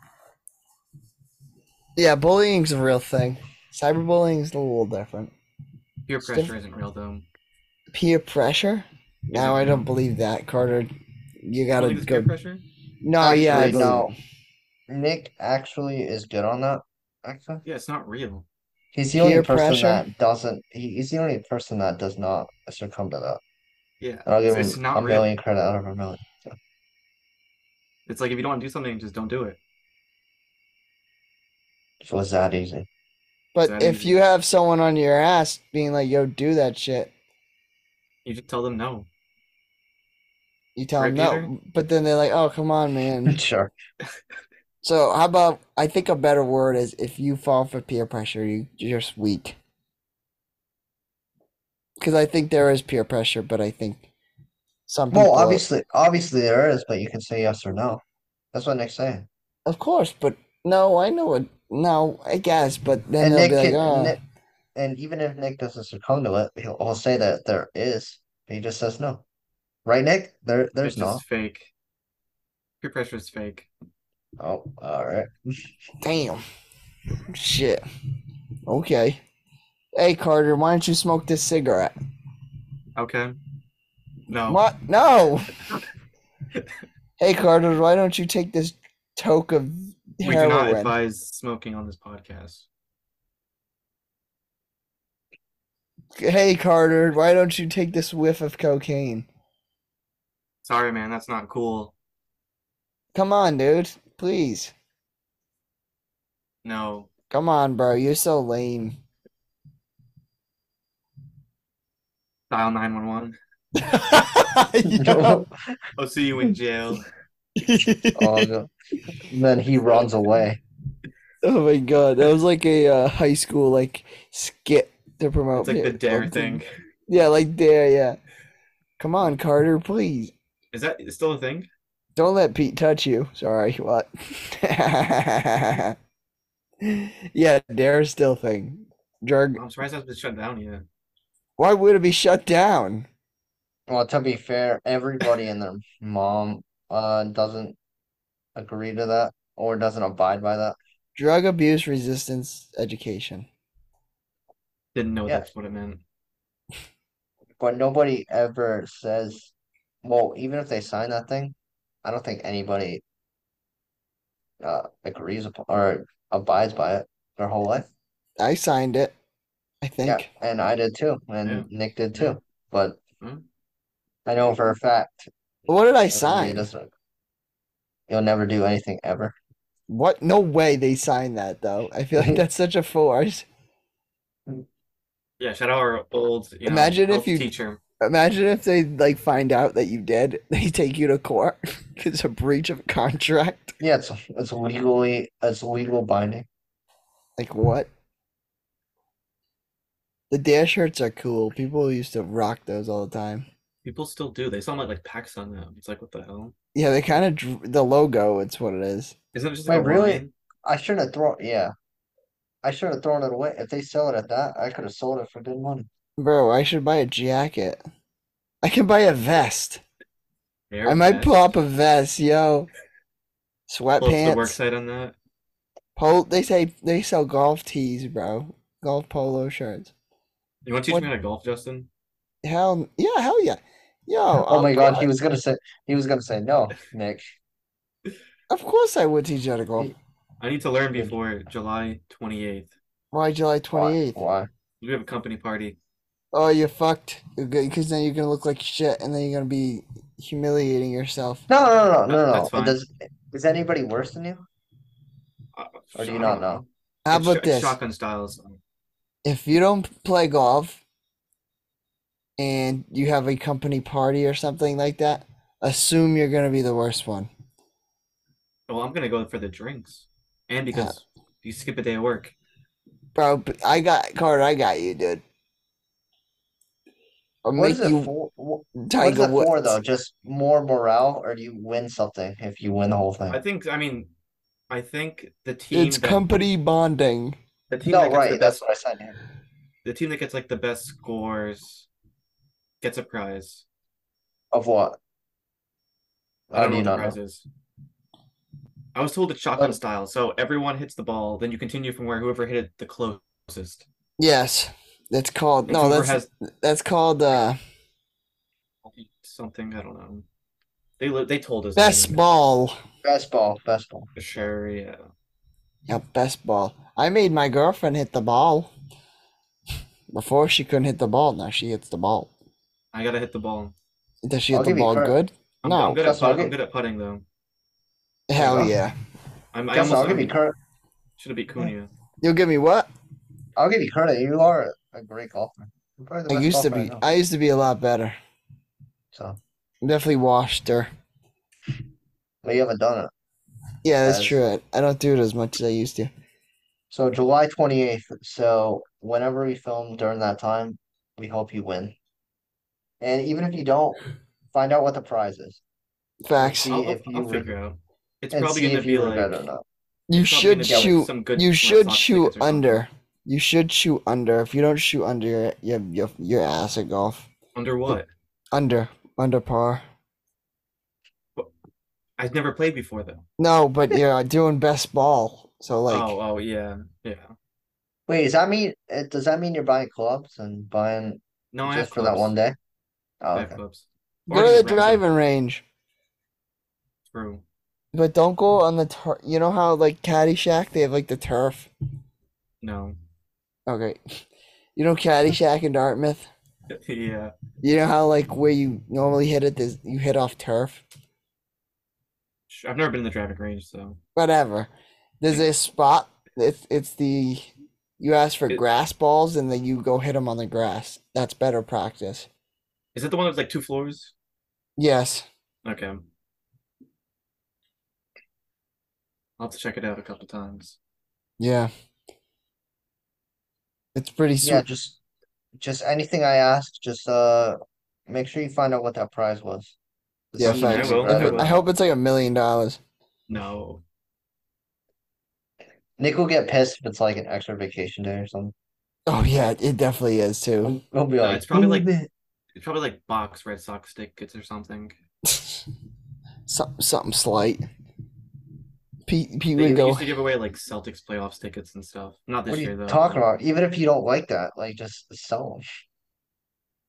Speaker 2: Yeah, bullying's a real thing. Cyberbullying is a little different.
Speaker 4: peer
Speaker 2: Still-
Speaker 4: pressure isn't real though.
Speaker 2: Peer pressure? No, I don't believe that, Carter. You
Speaker 4: I
Speaker 2: gotta
Speaker 4: think it's peer
Speaker 2: go.
Speaker 4: pressure.
Speaker 2: No, Oh, yeah, I
Speaker 3: Actually, no.
Speaker 2: believe it.
Speaker 3: Nick actually is good on that. Actually,
Speaker 4: Yeah, it's not real.
Speaker 3: he's the only
Speaker 2: Peer
Speaker 3: person
Speaker 2: pressure?
Speaker 3: that doesn't. He, he's the only person that does not succumb to that.
Speaker 4: Yeah,
Speaker 3: And I'll give
Speaker 4: it's, it's
Speaker 3: him
Speaker 4: not
Speaker 3: a
Speaker 4: real.
Speaker 3: million credit out of a million.
Speaker 4: It's like if you don't want to do something, just don't do it.
Speaker 3: It was that easy. [laughs]
Speaker 2: But
Speaker 4: that
Speaker 2: if
Speaker 4: easy.
Speaker 2: you have someone on your ass being like, "Yo, do that shit,"
Speaker 4: You just tell them no.
Speaker 2: you tell
Speaker 4: Right,
Speaker 2: them no.
Speaker 4: Peter?
Speaker 2: But then they're like, "Oh, come on,
Speaker 4: [laughs]
Speaker 2: man."
Speaker 3: Sure.
Speaker 2: so how about? I think a better word is if you fall for peer pressure, you you're just weak. Because I think there is peer pressure, but I think some people.
Speaker 3: Well, obviously, obviously there is, but you can say yes or no. That's what Nick's saying.
Speaker 2: Of course, but no, I know it. No, I guess, but then
Speaker 3: And
Speaker 2: they'll
Speaker 3: Nick
Speaker 2: be like,
Speaker 3: can,
Speaker 2: "Oh,
Speaker 3: Nick, and even if Nick doesn't succumb to it, he'll, he'll say that there is. He just says no. Right, Nick? There, there's
Speaker 4: it's
Speaker 3: no.
Speaker 4: just fake. Peer pressure is fake.
Speaker 3: Oh, all right.
Speaker 2: damn, shit." Okay. Hey, Carter, why don't you smoke this cigarette?
Speaker 4: Okay. No.
Speaker 2: What? No. hey, Carter, why don't you take this toke of
Speaker 4: We do not
Speaker 2: heroin?
Speaker 4: advise smoking on this podcast.
Speaker 2: hey, Carter, why don't you take this whiff of cocaine?
Speaker 4: Sorry, man, that's not cool.
Speaker 2: Come on, dude. Please.
Speaker 4: No.
Speaker 2: Come on, bro. You're so lame. [laughs]
Speaker 4: Dial 911.
Speaker 2: Yo.
Speaker 3: No.
Speaker 4: I'll see
Speaker 2: [laughs]
Speaker 4: you in jail.
Speaker 3: Oh, no. [laughs] And then he runs away.
Speaker 2: oh my god, that was like a uh, high school like skit to promote.
Speaker 4: It's like the
Speaker 2: it.
Speaker 4: dare thing.
Speaker 2: Yeah, like dare. Yeah. Come on, Carter. Please.
Speaker 4: Is that is still a thing?
Speaker 2: Don't let Pete touch you. Sorry, what? [laughs] yeah, dare still thing. Jerg,
Speaker 4: I'm surprised that's been shut down yet.
Speaker 2: why would it be shut down?
Speaker 3: Well, to be fair, everybody and their mom uh doesn't agree to that or doesn't abide by that.
Speaker 2: Drug abuse resistance education.
Speaker 4: Didn't know
Speaker 3: Yeah.
Speaker 4: that's what it meant.
Speaker 3: But nobody ever says, well, even if they sign that thing, I don't think anybody uh agrees upon or abides by it their whole life.
Speaker 2: I signed it. I
Speaker 3: Yeah,
Speaker 2: think.
Speaker 3: and I did too, and
Speaker 4: Yeah.
Speaker 3: Nick did
Speaker 4: Yeah.
Speaker 3: too. But
Speaker 4: Hmm.
Speaker 3: I know for a fact
Speaker 2: But What did I
Speaker 3: everybody
Speaker 2: sign?
Speaker 3: doesn't. You'll never do anything ever.
Speaker 2: What? No way they signed that though. I feel like that's such a force.
Speaker 4: Yeah, shout out our old you know,
Speaker 2: Imagine if
Speaker 4: health
Speaker 2: you-
Speaker 4: teacher.
Speaker 2: Imagine if they like find out that you did. [laughs] They take you to court. [laughs] It's a breach of contract.
Speaker 3: Yeah, it's it's legally it's legal binding.
Speaker 2: Like what? The dare shirts are cool. People used to rock those all the time.
Speaker 4: People still do. They sound like like packs on them. It's like what the hell?
Speaker 2: Yeah, they kind of dr- the logo. It's what it is.
Speaker 4: Isn't it just
Speaker 3: Wait,
Speaker 4: like a
Speaker 3: really?
Speaker 4: line?
Speaker 3: I shouldn't have thrown. Yeah, I should have thrown it away. If they sell it at that, I could have sold it for good money.
Speaker 2: Bro, I should buy a jacket. I can buy a vest.
Speaker 4: Air
Speaker 2: I might
Speaker 4: vest.
Speaker 2: pull up a vest, yo.
Speaker 4: Pull up to the work
Speaker 2: Sweatpants.
Speaker 4: site on that.
Speaker 2: Pol- they say they sell golf tees, bro. Golf polo shirts.
Speaker 4: You want to teach
Speaker 2: What-
Speaker 4: me how to golf, Justin?
Speaker 2: Hell yeah, hell yeah. Yo,
Speaker 3: Oh
Speaker 2: um,
Speaker 3: my God, he was gonna say he was gonna say no,
Speaker 2: [laughs]
Speaker 3: Nick.
Speaker 2: Of course I would teach you how to golf.
Speaker 4: I need to learn before July 28th.
Speaker 2: Why July
Speaker 3: Why-
Speaker 2: 28th?
Speaker 3: Why?
Speaker 4: We have a company party.
Speaker 2: Oh, you fucked. Because then you're gonna look like shit, and then you're gonna be humiliating yourself.
Speaker 3: No, no, no, no,
Speaker 4: That-
Speaker 3: no, no.
Speaker 4: that's fine.
Speaker 3: Does is anybody worse than you?
Speaker 4: Uh,
Speaker 3: Or do
Speaker 4: I
Speaker 3: you
Speaker 4: don't
Speaker 3: not know?
Speaker 2: How
Speaker 4: It's
Speaker 2: about
Speaker 4: sh-
Speaker 2: this?
Speaker 4: Shotgun style. so-
Speaker 2: If you don't play golf, and you have a company party or something like that, assume you're gonna be the worst one.
Speaker 4: Well, I'm gonna go for the drinks, and because you skip a day of work.
Speaker 2: Bro, but I got Carter. I got you, dude. I'll
Speaker 3: What
Speaker 2: make
Speaker 3: is it
Speaker 2: you
Speaker 3: for? What, what is
Speaker 2: Tiger
Speaker 3: it for
Speaker 2: Woods.
Speaker 3: though? Just more morale, or do you win something if you win the whole thing?
Speaker 4: I think. I mean, I think the team.
Speaker 2: It's
Speaker 4: that-
Speaker 2: company bonding.
Speaker 4: The team
Speaker 3: No,
Speaker 4: that gets
Speaker 3: right.
Speaker 4: the
Speaker 3: That's
Speaker 4: best.
Speaker 3: what I said. Nick.
Speaker 4: The team that gets like the best scores gets a prize.
Speaker 3: Of what?
Speaker 4: I
Speaker 3: How
Speaker 4: don't
Speaker 3: do
Speaker 4: know what
Speaker 3: you
Speaker 4: the
Speaker 3: not know?
Speaker 4: prize is. I was told it's shotgun
Speaker 3: Oh.
Speaker 4: style, so everyone hits the ball, then you continue from where whoever hit it the closest.
Speaker 2: Yes, that's called
Speaker 4: And
Speaker 2: no.
Speaker 4: whoever
Speaker 2: That's that's called uh,
Speaker 4: has something I don't know. They li- they told us. the
Speaker 2: best
Speaker 4: name.
Speaker 2: ball.
Speaker 3: Best ball, best ball.
Speaker 4: Sure, yeah.
Speaker 2: Yeah, best ball. I made my girlfriend hit the ball. Before she couldn't hit the ball. Now she hits the ball.
Speaker 4: I gotta hit the ball.
Speaker 2: Does she
Speaker 3: I'll
Speaker 2: hit the
Speaker 3: give you
Speaker 2: ball
Speaker 3: credit.
Speaker 2: good?
Speaker 4: I'm,
Speaker 2: No.
Speaker 4: I'm good at
Speaker 3: Guess I'll
Speaker 4: putting. I'm
Speaker 3: get-
Speaker 4: good at putting though.
Speaker 2: Hell
Speaker 3: Well,
Speaker 2: yeah.
Speaker 4: I'm, I
Speaker 3: Guess
Speaker 4: almost
Speaker 3: I'll give you
Speaker 4: I'm-
Speaker 3: credit.
Speaker 4: should have beat Cunha.
Speaker 2: You'll give me what?
Speaker 3: I'll give you credit. You are a great golfer. You're probably the
Speaker 2: I
Speaker 3: best
Speaker 2: used to
Speaker 3: golfer I
Speaker 2: be.
Speaker 3: know.
Speaker 2: I used to be a lot better.
Speaker 3: So,
Speaker 2: Definitely washed her.
Speaker 3: but you haven't done it.
Speaker 2: Yeah, that's
Speaker 3: Yes.
Speaker 2: true. I don't do it as much as I used to.
Speaker 3: So July 28th. So whenever we film during that time, we hope you win. And even if you don't, find out what the prize is.
Speaker 2: Facts.
Speaker 3: See
Speaker 4: I'll, I'll,
Speaker 3: if you
Speaker 4: I'll
Speaker 3: were-
Speaker 4: figure out. It's
Speaker 3: and
Speaker 4: probably
Speaker 3: see
Speaker 4: gonna
Speaker 3: if
Speaker 4: be
Speaker 3: you regret
Speaker 4: like
Speaker 3: it or not.
Speaker 2: You
Speaker 4: it's probably gonna
Speaker 2: should
Speaker 4: be like
Speaker 2: shoot.
Speaker 4: some good
Speaker 2: You
Speaker 4: like
Speaker 2: should
Speaker 4: sock
Speaker 2: shoot
Speaker 4: tickets or something.
Speaker 2: under. You should shoot under. If you don't shoot under, your your your, your ass at golf.
Speaker 4: Under what?
Speaker 2: Under under par.
Speaker 4: I've never played before though.
Speaker 2: No,
Speaker 3: [laughs]
Speaker 2: but you're doing best ball. So like,
Speaker 4: oh, oh yeah, yeah.
Speaker 3: Wait, does that mean uh, does that mean you're buying clubs and buying
Speaker 4: No, I have
Speaker 3: just for that
Speaker 4: clubs.
Speaker 3: one day? Oh,
Speaker 4: I have
Speaker 3: okay.
Speaker 4: clubs.
Speaker 2: go
Speaker 4: Or
Speaker 2: to the
Speaker 4: just rent them.
Speaker 2: driving range,
Speaker 4: True.
Speaker 2: but don't go on the tur You know how like Caddyshack, they have like the turf.
Speaker 4: No. [laughs]
Speaker 2: Okay, [laughs] you know Caddyshack in Dartmouth.
Speaker 4: yeah.
Speaker 2: You know how like where you normally hit it, there's- you hit off turf.
Speaker 4: Sh- I've never been in the driving range, so
Speaker 2: Whatever. There's a spot. It's it's the you ask for
Speaker 4: It-
Speaker 2: grass balls and then you go hit them on the grass. That's better practice.
Speaker 4: is it the one that's like two floors?
Speaker 2: Yes.
Speaker 4: Okay. I'll have to check it out a couple times.
Speaker 2: Yeah. It's pretty
Speaker 3: Yeah,
Speaker 2: sweet.
Speaker 3: just just anything I ask, just uh make sure you find out what that prize was. To
Speaker 2: Yeah,
Speaker 3: see if you
Speaker 2: facts.
Speaker 4: I will,
Speaker 3: regret
Speaker 4: I [laughs]
Speaker 3: it or
Speaker 4: will.
Speaker 2: I
Speaker 3: not.
Speaker 2: hope it's like a million dollars.
Speaker 4: No.
Speaker 3: Nick will get pissed if it's like an extra vacation day or something.
Speaker 2: Oh yeah, it definitely is too.
Speaker 3: He'll be
Speaker 4: No,
Speaker 3: like,
Speaker 4: it's probably like-
Speaker 3: "Move it."
Speaker 4: It's probably like box Red Sox tickets or something.
Speaker 2: Something something slight. Pete Pete
Speaker 4: They
Speaker 2: would go.
Speaker 4: used to give away like Celtics playoffs tickets and stuff. Not this
Speaker 3: What are
Speaker 4: year
Speaker 3: you
Speaker 4: though.
Speaker 3: talking about? Even if you don't like that, like just sell them.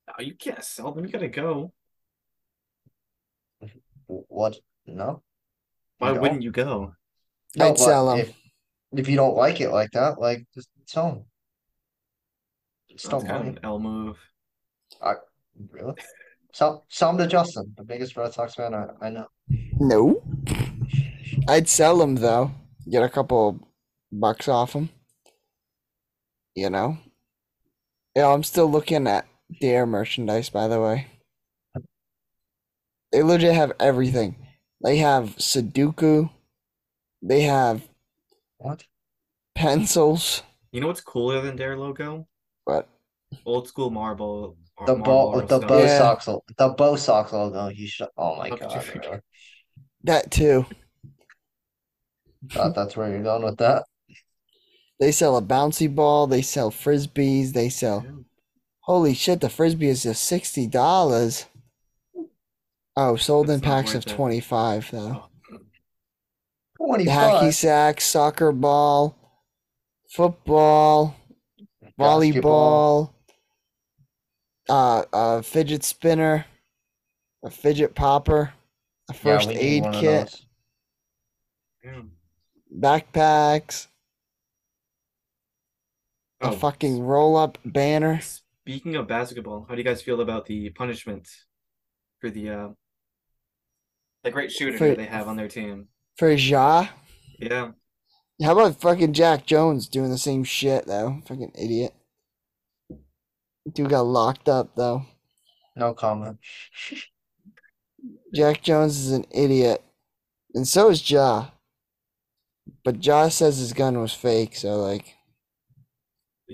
Speaker 4: No, Oh, you can't sell them. You gotta go.
Speaker 3: What? No?
Speaker 4: Why
Speaker 3: No?
Speaker 4: wouldn't you go?
Speaker 3: No,
Speaker 2: I'd
Speaker 3: but
Speaker 2: sell 'em.
Speaker 3: If, if you don't like it like that, like just sell them.
Speaker 4: That's
Speaker 3: Still
Speaker 4: kind of
Speaker 3: money.
Speaker 4: an L move.
Speaker 3: Really? Sell, sell them to Justin, the biggest Red Sox fan I, I know.
Speaker 2: No. I'd sell them though. Get a couple bucks off them. You know. Yeah, I'm still looking at their merchandise, by the way. They legit have everything. They have Sudoku. They have
Speaker 3: What?
Speaker 2: pencils.
Speaker 4: You know what's cooler than their logo?
Speaker 2: But
Speaker 4: Old school marble. or
Speaker 3: The Bo,
Speaker 4: Marlboro
Speaker 3: the
Speaker 4: stuff.
Speaker 3: Bo
Speaker 2: Yeah.
Speaker 3: Sox, lo- the Bo Sox logo. You should. Oh my
Speaker 4: Look at
Speaker 3: God,
Speaker 4: you.
Speaker 3: really?
Speaker 2: that too.
Speaker 3: Thought that's where you're going with that.
Speaker 2: They sell a bouncy ball. They sell frisbees. They sell.
Speaker 4: Yeah.
Speaker 2: Holy shit! The frisbee is just sixty dollars. Oh, sold in
Speaker 4: That's not
Speaker 2: packs of
Speaker 4: worth it.
Speaker 2: twenty-five though.
Speaker 4: Oh,
Speaker 2: The hockey
Speaker 3: 25.
Speaker 2: sack, soccer ball, football, volleyball,
Speaker 3: Basketball.
Speaker 2: uh, uh, fidget spinner, a fidget popper, a first
Speaker 3: yeah, we need
Speaker 2: aid
Speaker 3: one of
Speaker 2: kit,
Speaker 3: those.
Speaker 4: Yeah.
Speaker 2: backpacks,
Speaker 4: Oh,
Speaker 2: a fucking roll up banner.
Speaker 4: Speaking of basketball, how do you guys feel about the punishment for the uh the great shooter
Speaker 2: For-
Speaker 4: that they have on their team?
Speaker 2: For Ja.
Speaker 4: Yeah.
Speaker 2: How about fucking Jack Jones doing the same shit though? Fucking idiot. Dude got locked up though.
Speaker 3: No comment.
Speaker 2: Jack Jones is an idiot. And so is Ja. But Ja says his gun was fake, so like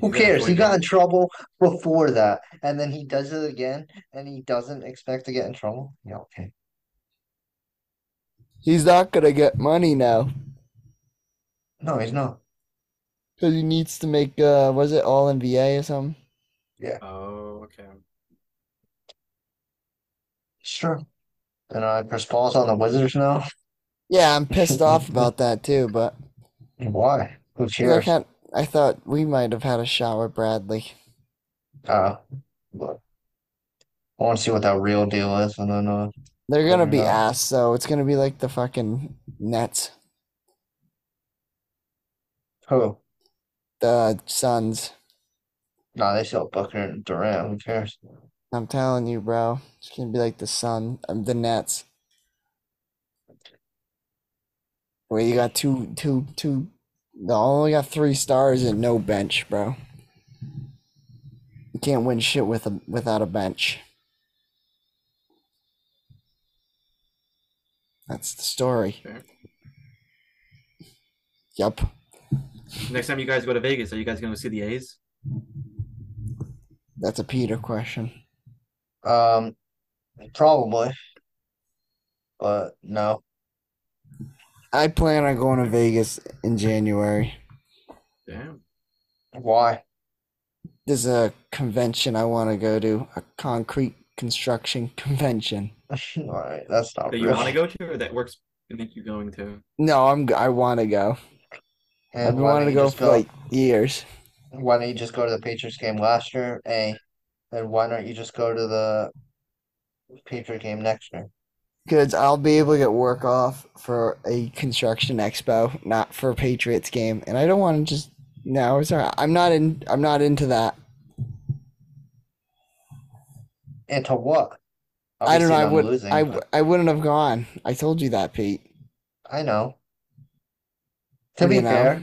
Speaker 3: Who cares? He got in trouble [laughs] before that, and then he does it again, and he doesn't expect to get in trouble. Yeah, okay.
Speaker 2: he's not gonna get money now.
Speaker 3: No, he's not.
Speaker 2: Because he needs to make uh was it all NBA or something?
Speaker 4: Oh, okay.
Speaker 3: Sure. And uh, Chris Paul's on the Wizards now.
Speaker 2: Yeah, I'm
Speaker 3: [laughs]
Speaker 2: pissed off about that too, but
Speaker 3: Why? Who
Speaker 2: I,
Speaker 3: cares?
Speaker 2: can't, I thought we might have had a shot with Bradley.
Speaker 3: Uh, look. I want to see what that real deal is, and then uh,
Speaker 2: They're gonna be
Speaker 3: Fair enough.
Speaker 2: ass, so it's gonna be like the fucking Nets,
Speaker 3: who?
Speaker 2: the Suns.
Speaker 3: No, they still have Booker and Durant. Who cares?
Speaker 2: I'm telling you, bro. It's gonna be like the Sun, um, the Nets. Where you got two, two, two. They only got three stars and no bench, bro. You can't win shit with a without a bench. That's the story.
Speaker 4: Fair.
Speaker 2: Yup.
Speaker 4: Next time you guys go to Vegas, are you guys gonna see the A's?
Speaker 2: That's a Peter question.
Speaker 3: Um, probably, but no.
Speaker 2: I plan on going to Vegas in January.
Speaker 4: Damn.
Speaker 3: Why? [laughs]
Speaker 2: There's a convention I want to go to, a concrete construction [laughs] convention.
Speaker 3: All right, that's not
Speaker 4: That you want to
Speaker 3: real.
Speaker 4: go to, or that works? I think you're going to.
Speaker 2: No, I'm g- I want to go.
Speaker 3: And
Speaker 2: I've been
Speaker 3: why
Speaker 2: wanting
Speaker 3: don't
Speaker 2: to
Speaker 3: you
Speaker 2: go
Speaker 3: just
Speaker 2: for like years.
Speaker 3: Why don't you just go to the Patriots game last year, A, and why don't you just go to the Patriot game next year?
Speaker 2: Because I'll be able to get work off for a construction expo, not for a Patriots game. And I don't want to just no, it's all right. I'm not in. I'm not into that.
Speaker 3: And to what?
Speaker 2: I don't know. I
Speaker 3: Obviously
Speaker 2: would.
Speaker 3: them losing,
Speaker 2: I
Speaker 3: but-
Speaker 2: w- I wouldn't have gone. I told you that, Pete.
Speaker 3: I know. To be
Speaker 2: You know?
Speaker 3: fair,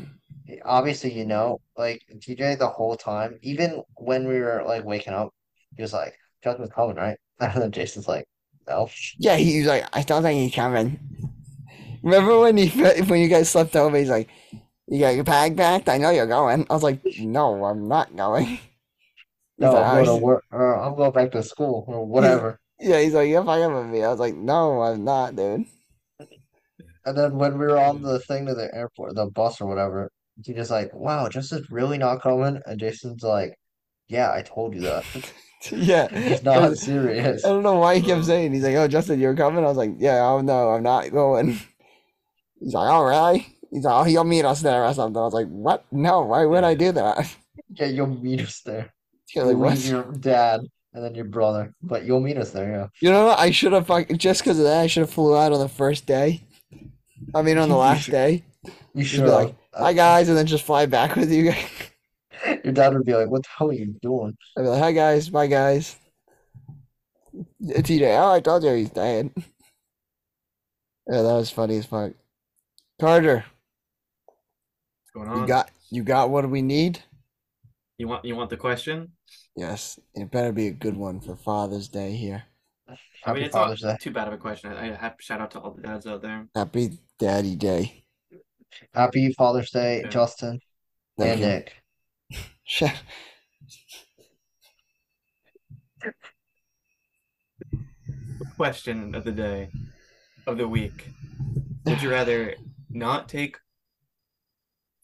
Speaker 3: obviously, you know, like DJ the whole time, even when we were like waking up, he was like, "Judgment's coming, right?" [laughs] And then Jason's like, "No."
Speaker 2: Yeah, he was like, I thought I need Kevin. Remember when he [laughs] when you guys slept over? He's like, you got your bag packed. I know you're going. I was like, no, I'm not going. He's
Speaker 3: [laughs] No,
Speaker 2: like, "Oh,
Speaker 3: I'm going
Speaker 2: "I
Speaker 3: to
Speaker 2: was-
Speaker 3: work, or I'm going back to school, or whatever.
Speaker 2: yeah, he's like, you're fucking with me. I was like, no, I'm not, dude. [laughs]
Speaker 3: And then when we were on the thing to the airport, the bus or whatever, he just like, "Wow, Justin's really not coming." And Jason's like, "Yeah, I told you that."
Speaker 2: yeah, [laughs]
Speaker 3: He's
Speaker 2: I
Speaker 3: not
Speaker 2: was- Oh.
Speaker 3: serious.
Speaker 2: I don't know why he kept saying. He's like, oh, Justin, you're coming. I was like, yeah, oh no, I'm not going. [laughs] He's like, all right. He's like, oh, you'll meet us there or something. I was like, what? No, why would I do that? [laughs]
Speaker 3: Yeah, you'll meet us there.
Speaker 2: He was like,
Speaker 3: You'll
Speaker 2: what?
Speaker 3: leave your dad and then your brother, but you'll meet us there. Yeah.
Speaker 2: You know what? I should have fucking just because of that. I should have flew out on the first day. I mean, on the
Speaker 3: You
Speaker 2: last
Speaker 3: should-
Speaker 2: day.
Speaker 3: You
Speaker 2: You'd
Speaker 3: should
Speaker 2: be like,
Speaker 3: have.
Speaker 2: Hi guys, and then just fly back with you. guys.
Speaker 3: [laughs] Your dad would be like, "What the hell are you doing?"
Speaker 2: I'd be like, hi guys, bye guys. Uh, TJ, oh, I told you he's dying. Yeah, that was funny as fuck. Carter,
Speaker 4: What's going
Speaker 2: you
Speaker 4: on?
Speaker 2: got you got what we need.
Speaker 4: You want you want the question?
Speaker 2: Yes, it better be a good one for Father's Day here.
Speaker 4: I mean,
Speaker 3: Happy
Speaker 4: it's not
Speaker 3: Father's Day.
Speaker 4: too bad of a question. I, I have shout out to all the dads out there.
Speaker 2: Happy Daddy Day.
Speaker 3: Happy Father's Day,
Speaker 4: Yeah.
Speaker 3: Justin
Speaker 2: Thank
Speaker 3: and
Speaker 2: you.
Speaker 3: Nick.
Speaker 2: Shut-
Speaker 4: question of the day of the week would you rather not take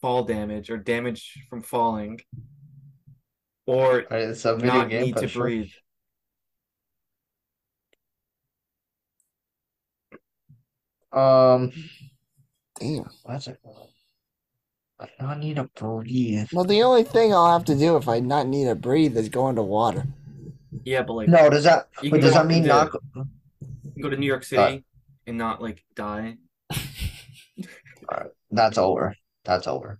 Speaker 4: fall damage or damage from falling or
Speaker 3: All right, it's a video
Speaker 4: not
Speaker 3: game,
Speaker 4: need
Speaker 3: but
Speaker 4: to
Speaker 3: sure.
Speaker 4: breathe
Speaker 3: Um,
Speaker 2: Damn.
Speaker 3: what's it? called? I don't need to breathe.
Speaker 2: [laughs] Well, the only thing I'll have to do if I not need to breathe is go into water.
Speaker 4: yeah but like
Speaker 3: No, does that?
Speaker 4: You
Speaker 3: But
Speaker 4: can
Speaker 3: does
Speaker 4: go
Speaker 3: that
Speaker 4: up
Speaker 3: mean
Speaker 4: into-
Speaker 3: not?
Speaker 4: go to New
Speaker 3: Uh,
Speaker 4: York City
Speaker 3: Alright.
Speaker 4: and not like die.
Speaker 3: That's over. That's over.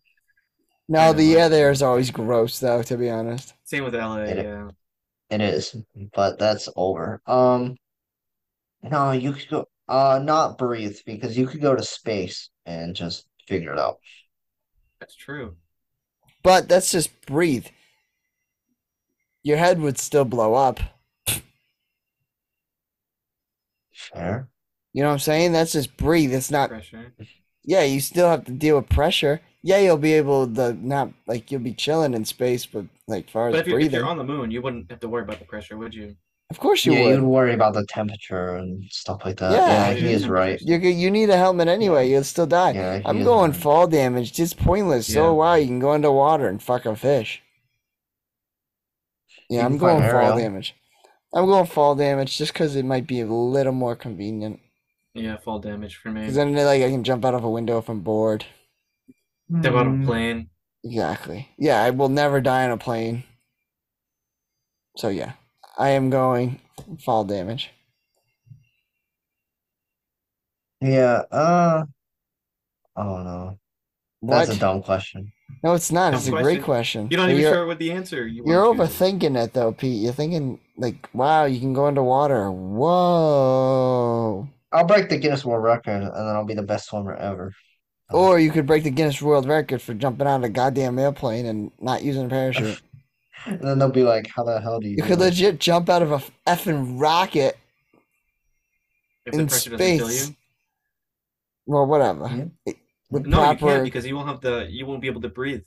Speaker 2: No, the
Speaker 4: Yeah.
Speaker 2: yeah there is always gross though. To be honest,
Speaker 4: Same with LA.
Speaker 3: Get it.
Speaker 4: Yeah.
Speaker 3: It is, but that's over. Um, no, you could go. Uh, not breathe because you could go to space and just figure it out.
Speaker 4: That's true.
Speaker 2: but that's just breathe. Your head would still blow up.
Speaker 3: Fair.
Speaker 2: You know what I'm saying? That's just breathe. It's
Speaker 3: Uh,
Speaker 2: not.
Speaker 4: Pressure.
Speaker 2: Yeah, you still have to deal with pressure. Yeah, you'll be able to not like you'll be chilling in space, but like far as
Speaker 4: But if you're, if
Speaker 2: breathing,
Speaker 4: you're on the moon, you wouldn't have to worry about the pressure, would you?
Speaker 2: of course you
Speaker 3: Yeah,
Speaker 2: would.
Speaker 3: you'd worry about the temperature and stuff like that.
Speaker 2: Yeah.
Speaker 3: Yeah, he is right.
Speaker 2: You g- you need a helmet anyway. You'll still die.
Speaker 3: Yeah, he
Speaker 2: I'm
Speaker 3: is
Speaker 2: going
Speaker 3: right.
Speaker 2: fall damage. Just pointless.
Speaker 4: Yeah.
Speaker 2: So wow, you can go underwater and fuck a fish.
Speaker 3: You
Speaker 2: Yeah, I'm
Speaker 3: can find
Speaker 2: going fall
Speaker 3: aerial.
Speaker 2: damage. I'm going fall damage just because it might be a little more convenient.
Speaker 3: Mm.
Speaker 4: Yeah, fall damage for me.
Speaker 2: Because then, like, I can jump out of a window if I'm bored.
Speaker 4: Step out of a
Speaker 2: Mm.
Speaker 3: Hmm.
Speaker 4: plane.
Speaker 2: Exactly. Yeah, I will never die in a plane. So yeah, I am going fall damage.
Speaker 3: Yeah, uh, I don't know.
Speaker 2: What?
Speaker 3: That's a dumb question.
Speaker 2: no, it's not.
Speaker 4: dumb
Speaker 2: It's a great
Speaker 4: question.
Speaker 2: question.
Speaker 4: You're not even
Speaker 2: You're-
Speaker 4: sure what the answer you
Speaker 2: You're
Speaker 4: want to choose is.
Speaker 2: overthinking it though, Pete. You're thinking like, wow, you can go underwater. Whoa.
Speaker 3: I'll break the Guinness World Record and then I'll be the best swimmer ever.
Speaker 4: Uh-huh.
Speaker 2: Or you could break the Guinness World Record for jumping out of a goddamn airplane and not using a parachute.
Speaker 3: And then they'll be like, "How the hell do you
Speaker 2: You
Speaker 3: do
Speaker 2: could
Speaker 3: that?"
Speaker 2: legit jump out of a effing rocket.
Speaker 4: If the
Speaker 2: in
Speaker 4: pressure doesn't kill
Speaker 2: space.
Speaker 4: you.
Speaker 2: Well, whatever.
Speaker 3: Yeah.
Speaker 2: It- With
Speaker 4: Mm-hmm. No, you
Speaker 2: proper
Speaker 4: can't because you won't have the you won't be able to breathe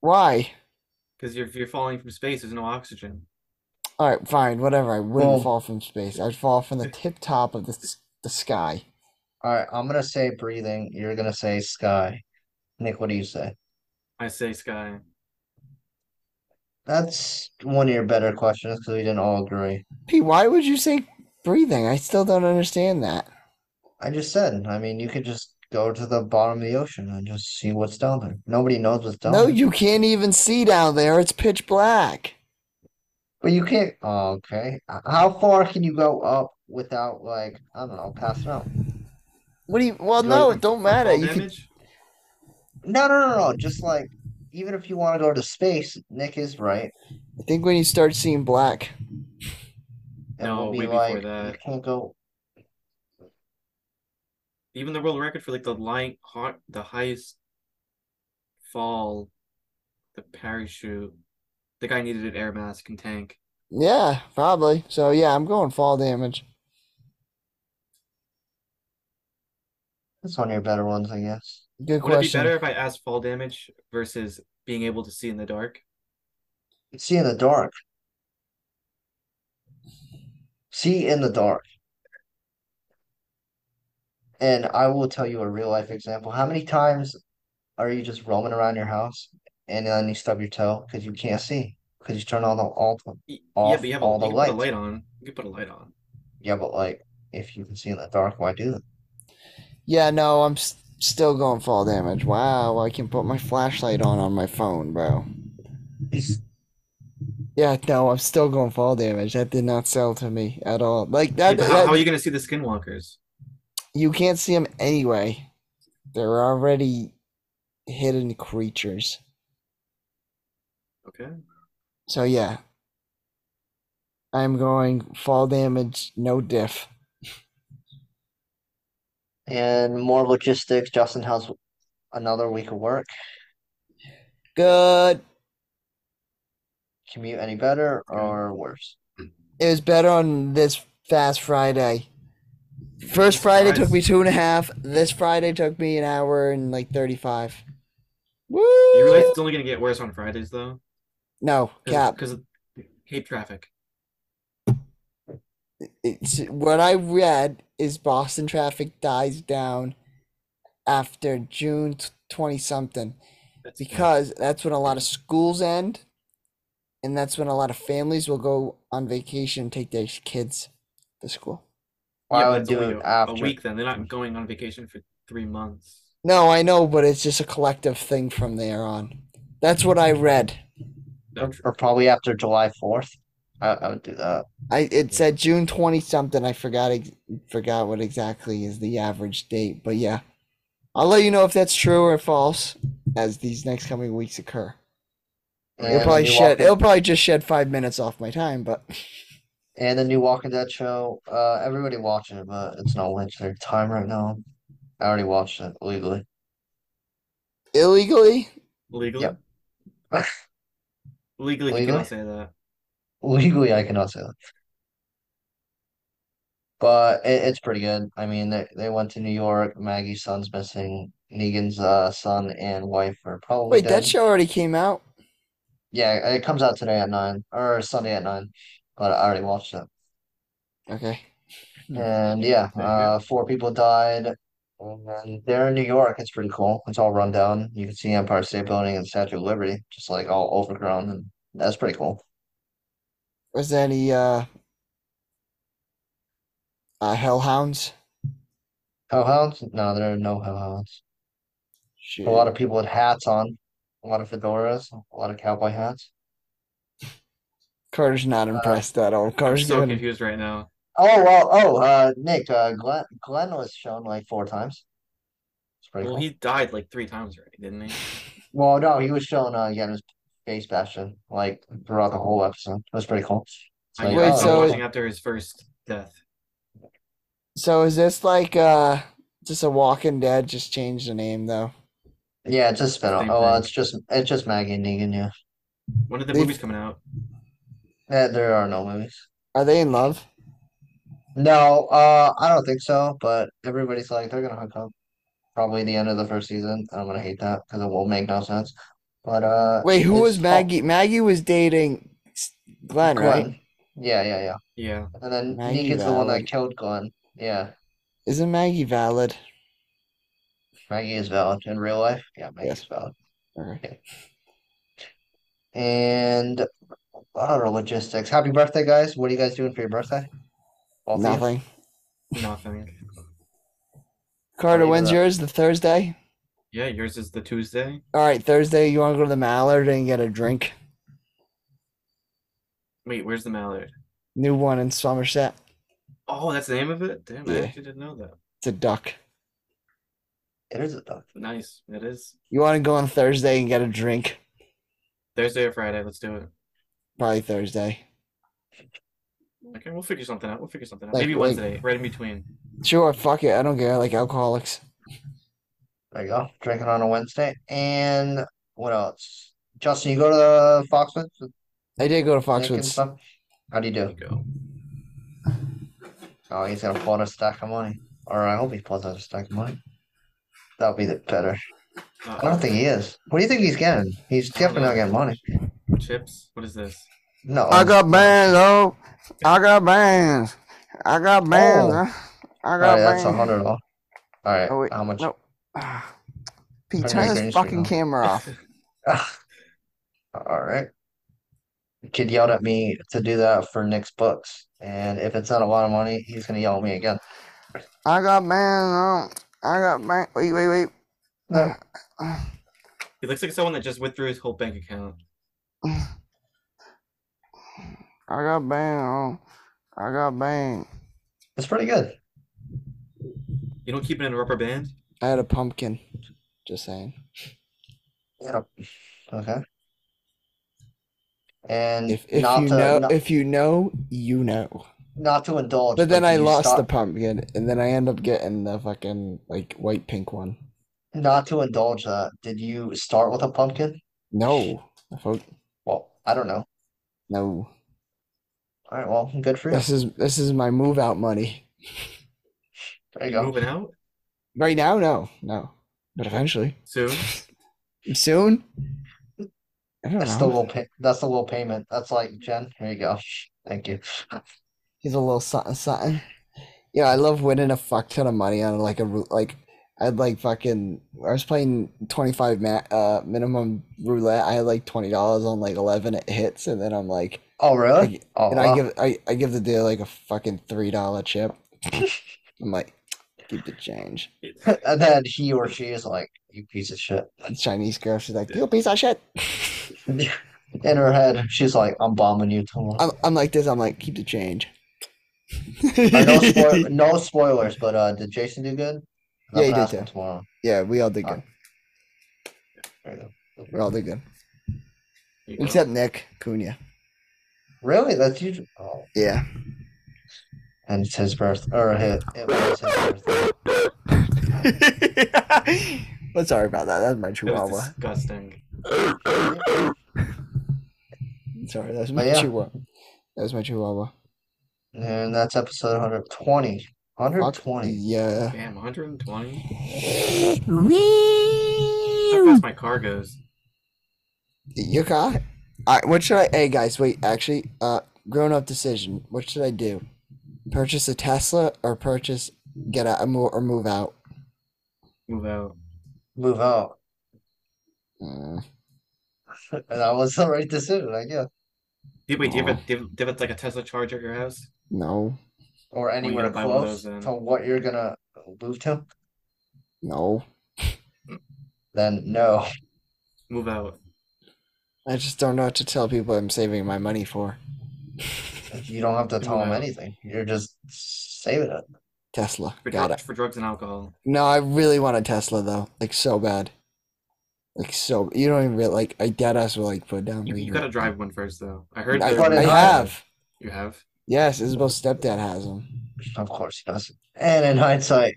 Speaker 2: why?
Speaker 4: because you're you're falling from space. There's no oxygen.
Speaker 2: All right, fine, whatever. I wouldn't
Speaker 3: Well-
Speaker 2: fall from space. I'd fall from the tip top of the s- the sky.
Speaker 3: All right, I'm gonna say breathing. You're gonna say sky. Nick, what do you say?
Speaker 4: I say sky.
Speaker 3: That's one of your better questions because we didn't all agree.
Speaker 2: Pete, why would you say breathing? I still don't understand that.
Speaker 3: I just said, I mean, you could just go to the bottom of the ocean and just see what's down there. Nobody knows what's down
Speaker 2: No,
Speaker 3: there.
Speaker 2: you can't even see down there. It's pitch black.
Speaker 3: But you can't. Oh, okay. H- How far can you go up without, like, I don't know, passing out?
Speaker 2: What do you? Well,
Speaker 4: Do I
Speaker 2: no,
Speaker 4: even
Speaker 2: it don't
Speaker 4: fall
Speaker 2: matter. You could,
Speaker 4: damage?
Speaker 3: No, no, no, no. Just like, even if you want to go to space, Nick is right.
Speaker 2: I think when you start seeing black,
Speaker 3: And
Speaker 4: No,
Speaker 3: we'll be
Speaker 4: way before
Speaker 3: like, you
Speaker 4: that.
Speaker 3: can't go.
Speaker 4: Even the world record for like the lying hot the highest fall, the parachute. The guy needed an air mask and tank.
Speaker 2: yeah, probably. So yeah, I'm going fall damage.
Speaker 3: That's one of your better ones, I guess.
Speaker 2: Good
Speaker 4: Would it be
Speaker 2: question.
Speaker 4: better if I asked fall damage versus being able to see in the dark?
Speaker 3: See in the dark. See in the dark. And I will tell you a real life example. How many times are you just roaming around your house and then you stub your toe because you can't see because you turn on the all the
Speaker 4: Y- yeah,
Speaker 3: Off
Speaker 4: but you have a,
Speaker 3: all the
Speaker 4: you can put a
Speaker 3: lights.
Speaker 4: light on. You can put a light on.
Speaker 3: yeah, but like if you can see in the dark, why do that?
Speaker 2: Yeah, no, I'm s- still going fall damage. Wow, I can put my flashlight on on my phone, bro.
Speaker 3: It's-
Speaker 2: Yeah, no, I'm still going fall damage. That did not sell to me at all. Like
Speaker 4: Yeah,
Speaker 2: that,
Speaker 4: but how,
Speaker 2: that
Speaker 4: how are you gonna see the skinwalkers?
Speaker 2: you can't see them anyway. They're already hidden creatures.
Speaker 4: Okay.
Speaker 2: So yeah. I'm going fall damage, no diff.
Speaker 3: And more logistics. Justin has another week of work.
Speaker 2: Good.
Speaker 3: Commute any better
Speaker 4: Okay.
Speaker 3: or worse?
Speaker 2: It was better on this fast Friday. First Friday took me two and a half. This Friday took me an hour and like thirty-five. Woo!
Speaker 4: You realize it's only gonna get worse on Fridays though,
Speaker 2: No, cap.
Speaker 4: because hate traffic.
Speaker 2: It's, what I read is Boston traffic dies down after June twenty something.
Speaker 4: That's
Speaker 2: because that's when a lot of schools end and that's when a lot of families will go on vacation and take their kids to school
Speaker 3: Why
Speaker 4: but
Speaker 3: would
Speaker 4: it's
Speaker 3: do
Speaker 4: only
Speaker 3: it
Speaker 4: a,
Speaker 3: after?
Speaker 4: a week then. They're not going on vacation for three months.
Speaker 2: no i know but it's just a collective thing from there on that's what i read
Speaker 4: No,
Speaker 3: Or probably after July 4th. I, I would do that.
Speaker 2: I it said June twenty something. I forgot ex- forgot what exactly is the average date, but yeah, I'll let you know if that's true or false as these next coming weeks occur.
Speaker 3: And
Speaker 2: It'll
Speaker 3: the
Speaker 2: probably
Speaker 3: new
Speaker 2: shed.
Speaker 3: Walking-
Speaker 2: It'll probably just shed five minutes off my time, but
Speaker 3: and the new Walking Dead show. Uh, everybody watching it, but it's not worth their time right now. I already watched it legally. [laughs]
Speaker 2: illegally.
Speaker 4: Legally?
Speaker 3: Yep.
Speaker 4: Legally, you
Speaker 3: Legally?
Speaker 4: cannot say that.
Speaker 3: Legally, I cannot say that. But it, it's pretty good. I mean, they they went to New York. Maggie's son's missing. Negan's uh, son and wife are probably
Speaker 2: Wait, that
Speaker 3: dead.
Speaker 2: show already came out.
Speaker 3: Yeah, it comes out today at nine or Sunday at nine. But I already watched it.
Speaker 2: Okay.
Speaker 4: Mm-hmm.
Speaker 2: Hmm.
Speaker 3: And yeah,
Speaker 4: Okay.
Speaker 3: uh, four people died. And they're in New York. It's pretty cool. It's all run down. You can see Empire State Building and Statue of Liberty, just like all overgrown, and that's pretty cool.
Speaker 2: Was there any uh, uh hellhounds?
Speaker 3: Hellhounds? No, there are no hellhounds.
Speaker 2: Shit.
Speaker 3: A lot of people with hats on, a lot of fedoras, a lot of cowboy hats.
Speaker 2: Carter's
Speaker 3: Uh,
Speaker 2: not impressed at all.
Speaker 4: I'm
Speaker 2: Carter's
Speaker 4: so
Speaker 2: going.
Speaker 4: confused right now.
Speaker 3: Oh well, oh uh, Nick, uh, Glenn, Glenn was shown like four times. It's pretty
Speaker 4: Well,
Speaker 3: cool.
Speaker 4: he died like three times already, didn't
Speaker 3: [laughs]
Speaker 4: he?
Speaker 3: Well, no, he was shown uh, yeah, his face bashing like throughout the whole episode. It was pretty cool. It's
Speaker 4: I
Speaker 3: like,
Speaker 4: know.
Speaker 2: Wait,
Speaker 4: I
Speaker 3: oh,
Speaker 4: was
Speaker 2: so-
Speaker 4: watching after his first death.
Speaker 2: So is this like uh just a Walking Dead? Just change the name though.
Speaker 3: Yeah, it's a spin-off.
Speaker 4: Same
Speaker 3: Oh, well,
Speaker 4: thing.
Speaker 3: it's just it's just Maggie and Negan, yeah.
Speaker 4: When are the
Speaker 2: They've-
Speaker 4: movies coming out?
Speaker 3: Eh, there are no movies.
Speaker 2: Are they in love?
Speaker 3: No, uh, I don't think so, but everybody's like they're gonna hook up. Probably the end of the first season. and I'm gonna hate that because it will make no sense. But uh
Speaker 2: Wait, who
Speaker 3: it's-
Speaker 2: was
Speaker 3: oh,
Speaker 2: Maggie? Maggie was dating S- Glenn, right?
Speaker 3: Glenn. Yeah, yeah, yeah.
Speaker 4: Yeah.
Speaker 3: And then
Speaker 2: Maggie
Speaker 3: Negan's the one that
Speaker 2: Valid.
Speaker 3: killed Glenn. Yeah.
Speaker 2: Isn't Maggie valid?
Speaker 3: Maggie is valid in real life. Yeah,
Speaker 2: Yes.
Speaker 3: Maggie's valid.
Speaker 2: Alright.
Speaker 3: And a lot of logistics. Happy birthday, guys. What are you guys doing for your birthday? Both of you?
Speaker 2: Nothing.
Speaker 4: Nothing.
Speaker 2: Carter,
Speaker 3: Leave it
Speaker 2: when's
Speaker 3: up.
Speaker 2: yours? The Thursday?
Speaker 4: Yeah, yours is the Tuesday.
Speaker 2: All right, Thursday, you want to go to the Mallard and get a drink?
Speaker 4: Wait, where's the Mallard?
Speaker 2: New one in Somerset.
Speaker 4: Oh, that's the name of it? Damn,
Speaker 2: Yeah.
Speaker 4: I actually didn't know that.
Speaker 2: It's a duck.
Speaker 3: It is a dog.
Speaker 4: Nice. It is.
Speaker 2: You want to go on Thursday and get a drink?
Speaker 4: Thursday or Friday, let's do it.
Speaker 2: Probably Thursday.
Speaker 4: Okay, we'll figure something out. We'll figure something out.
Speaker 2: Like-
Speaker 4: Maybe
Speaker 2: like-
Speaker 4: Wednesday, right in between.
Speaker 2: Sure, fuck it. I don't care. I like alcoholics.
Speaker 3: There you go. Drinking on a Wednesday. And what else? Justin, you go to the Foxwoods with
Speaker 2: I did go to
Speaker 3: Nick and
Speaker 2: Foxwoods.
Speaker 3: stuff? How do you
Speaker 4: There
Speaker 3: do?
Speaker 4: you go.
Speaker 3: Oh, he's gonna pull out a stack of money. Or I hope he pulls out a stack of money. That would be the better. I
Speaker 4: Uh,
Speaker 3: don't think he is. What do you think he's getting? He's definitely not getting money.
Speaker 4: chips? What is this?
Speaker 3: No.
Speaker 2: I got bands, oh. I got bands. I got bands.
Speaker 3: Oh.
Speaker 2: huh? I
Speaker 3: All
Speaker 2: got
Speaker 3: right, that's a
Speaker 2: bands.
Speaker 3: hundred dollars. All right,
Speaker 2: Oh, wait,
Speaker 3: how much?
Speaker 2: no. [sighs] Ah. Pete,
Speaker 3: Turn
Speaker 2: turn
Speaker 3: your
Speaker 2: this
Speaker 3: green
Speaker 2: fucking
Speaker 3: screen off.
Speaker 2: camera off.
Speaker 3: All right. Kid yelled at me to do that for Nick's books, and if it's not a lot of money, he's gonna yell at me again.
Speaker 2: I got bands, oh. I got bands. Wait, wait, wait.
Speaker 3: No.
Speaker 4: [laughs] He looks like someone that just withdrew his whole bank account.
Speaker 2: I got bands, oh. I got bands.
Speaker 3: It's pretty good.
Speaker 4: You don't keep it in a rubber band?
Speaker 2: I had a pumpkin. Just saying.
Speaker 3: Yep. Okay. And
Speaker 2: If, if
Speaker 3: Mm, not
Speaker 2: you
Speaker 3: to
Speaker 2: know,
Speaker 3: not,
Speaker 2: if you know, you know.
Speaker 3: not to indulge,
Speaker 2: But then
Speaker 3: do
Speaker 2: I
Speaker 3: you
Speaker 2: lost the
Speaker 3: stop,
Speaker 2: pumpkin, and then I end up getting the fucking like white pink one.
Speaker 3: not to indulge that. Did you start with a pumpkin?
Speaker 2: No, I vote
Speaker 3: Well, I don't know.
Speaker 2: no.
Speaker 3: All right, well, good for you.
Speaker 2: This is this is my move out money.
Speaker 3: There you
Speaker 4: You
Speaker 3: go.
Speaker 4: moving out
Speaker 2: Right now, no, no. But eventually,
Speaker 4: soon?
Speaker 2: soon. I don't
Speaker 3: That's the
Speaker 2: know.
Speaker 3: little pay, that's the little payment. That's like Jen. Here you go. Thank you.
Speaker 2: He's a little something, something. Yeah, I love winning a fuck ton of money on like a rou- like. I'd like fucking. I was playing twenty five ma- uh minimum roulette. I had like twenty dollars on like eleven it hits, and then I'm like,
Speaker 3: Oh, really? Oh,
Speaker 2: and
Speaker 3: wow.
Speaker 2: I give I, I give the dealer like a fucking three dollar chip. [laughs] I'm like, keep the change.
Speaker 3: [laughs] And then he or she is like, you piece of shit. [laughs]
Speaker 2: The Chinese girl, she's like, you piece of shit.
Speaker 3: in her head, she's like, "I'm bombing you
Speaker 2: [laughs]
Speaker 3: tomorrow."
Speaker 2: I'm, I'm like this. I'm like, keep the change.
Speaker 3: Uh,
Speaker 2: [laughs]
Speaker 3: no, spoil- no spoilers, but uh, did Jason do good?
Speaker 2: Yeah, he
Speaker 3: I'm gonna
Speaker 2: did
Speaker 3: ask him
Speaker 2: too.
Speaker 3: Tomorrow.
Speaker 2: yeah, we all did
Speaker 3: Uh,
Speaker 2: good.
Speaker 3: There you go.
Speaker 2: We all did good.
Speaker 4: You know?
Speaker 2: Except Nick Cunha.
Speaker 3: Really? That's you? Oh,
Speaker 2: Yeah.
Speaker 3: and it's his birth, or his, it was his birthday.
Speaker 2: but sorry about that. That's my
Speaker 4: That was
Speaker 2: chihuahua.
Speaker 4: disgusting.
Speaker 2: Sorry, that's
Speaker 3: But
Speaker 2: my
Speaker 3: yeah.
Speaker 2: chihuahua. That was my chihuahua.
Speaker 3: And that's episode 120.
Speaker 2: Fuck
Speaker 3: 120.
Speaker 2: Yeah.
Speaker 4: Damn, 120. How
Speaker 2: Wee!
Speaker 4: fast my car goes.
Speaker 2: You got. Alright, what should I? Hey guys, wait. Actually, uh, grown up decision. What should I do? Purchase a Tesla or purchase get out mo- or move out?
Speaker 4: Move out.
Speaker 3: Move out. [laughs]
Speaker 2: Uh,
Speaker 3: And that was the right decision, I guess.
Speaker 4: Do- Wait, do you have
Speaker 2: Aw.
Speaker 4: a do you have- do you have like a Tesla charger at your house?
Speaker 2: no,
Speaker 3: Or anywhere
Speaker 4: gotta buy one of
Speaker 3: close
Speaker 4: those then.
Speaker 3: to what you're gonna move to,
Speaker 2: no.
Speaker 3: then no.
Speaker 4: Move out.
Speaker 2: I just don't know what to tell people I'm saving my money for.
Speaker 3: You don't have to
Speaker 4: Move
Speaker 3: tell them
Speaker 4: out.
Speaker 3: anything. You're just saving it.
Speaker 2: Tesla.
Speaker 4: For
Speaker 2: Got
Speaker 4: drugs,
Speaker 2: it.
Speaker 4: for drugs and alcohol.
Speaker 2: No, I really want a Tesla though. Like so bad. Like so. You don't even really, like. I dead ass will like put down.
Speaker 4: You, you
Speaker 2: legal.
Speaker 4: gotta drive one first though. I heard
Speaker 2: I,
Speaker 4: they're-
Speaker 3: Put it
Speaker 2: I
Speaker 3: on.
Speaker 2: have.
Speaker 4: you have.
Speaker 2: Yes, Isabel's stepdad has them.
Speaker 3: Of course he does. And in hindsight,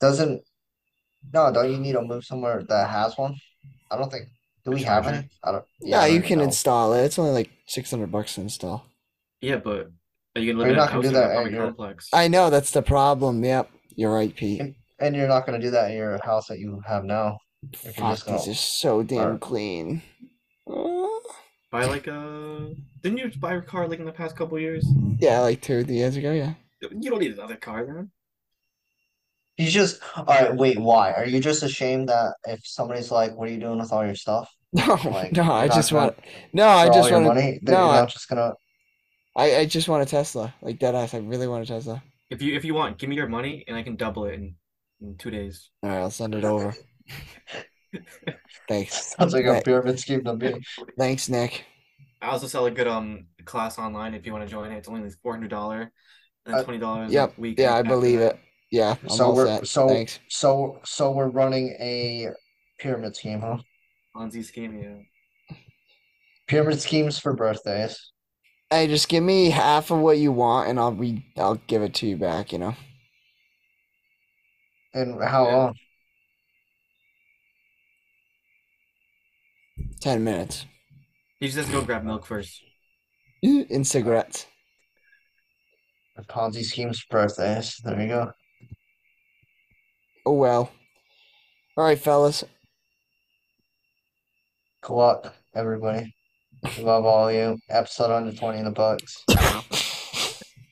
Speaker 3: doesn't no, don't you need to move somewhere that has one? I don't think do we have any? I don't yeah,
Speaker 2: Yeah,
Speaker 3: I
Speaker 2: you
Speaker 3: don't
Speaker 2: can
Speaker 3: know.
Speaker 2: install it. It's only like six hundred bucks to install.
Speaker 4: Yeah, but are you
Speaker 3: Are
Speaker 4: gonna
Speaker 3: you
Speaker 4: live in
Speaker 3: not
Speaker 4: a
Speaker 3: gonna
Speaker 4: house
Speaker 3: do
Speaker 4: in an
Speaker 3: that at
Speaker 4: apartment
Speaker 3: your-
Speaker 4: complex?
Speaker 2: I know that's the problem. Yep, you're right, Pete.
Speaker 3: And you're not gonna do that in your house that you have now. if you're
Speaker 2: Fuck,
Speaker 3: just gonna-
Speaker 2: these are so damn
Speaker 3: Alright.
Speaker 2: clean. Uh,
Speaker 4: Buy like a. Didn't you buy a car like in the past couple years?
Speaker 2: yeah, like two years ago. Yeah, [laughs]
Speaker 4: You don't need another car then.
Speaker 3: You just all right, wait, why? Are you just ashamed that if somebody's like, What are you doing with all your stuff?
Speaker 2: [laughs] no,
Speaker 3: Like,
Speaker 2: no, I
Speaker 3: you're not
Speaker 2: just
Speaker 3: gonna-
Speaker 2: want. No, I
Speaker 3: For all
Speaker 2: just
Speaker 3: your
Speaker 2: want.
Speaker 3: money, that
Speaker 2: no,
Speaker 3: you're
Speaker 2: I-
Speaker 3: not just gonna [laughs]
Speaker 2: I I just want a Tesla. Like dead ass. I really want a Tesla.
Speaker 4: If you if you want, give me your money and I can double it in, in two days.
Speaker 2: All right, I'll send it
Speaker 3: [laughs]
Speaker 2: over. Thanks,
Speaker 3: sounds like a
Speaker 2: Right.
Speaker 3: pyramid scheme to me.
Speaker 2: [laughs] thanks, Nick.
Speaker 4: I also sell a good um class online if you want to join it. It's only four hundred dollar and
Speaker 3: Uh,
Speaker 4: then twenty dollars
Speaker 2: yep,
Speaker 4: a week.
Speaker 2: Yeah, I
Speaker 4: after
Speaker 2: believe
Speaker 4: that.
Speaker 2: it. Yeah, I'm
Speaker 3: So
Speaker 2: all
Speaker 3: we're-
Speaker 2: set.
Speaker 3: so-
Speaker 2: Thanks.
Speaker 3: So so we're running a pyramid scheme, huh?
Speaker 4: Ponzi scheme, yeah.
Speaker 3: Pyramid schemes for birthdays.
Speaker 2: Hey, just give me half of what you want, and I'll re- I'll give it to you back. You know,
Speaker 3: And how
Speaker 4: Yeah.
Speaker 3: long?
Speaker 2: ten minutes [clears throat]
Speaker 4: You just have to go grab milk first.
Speaker 2: in cigarettes.
Speaker 3: The Ponzi schemes for birthdays. There you go.
Speaker 2: Oh well. All right, fellas.
Speaker 3: Good luck, everybody. We Love all of you. Episode 120 in the books.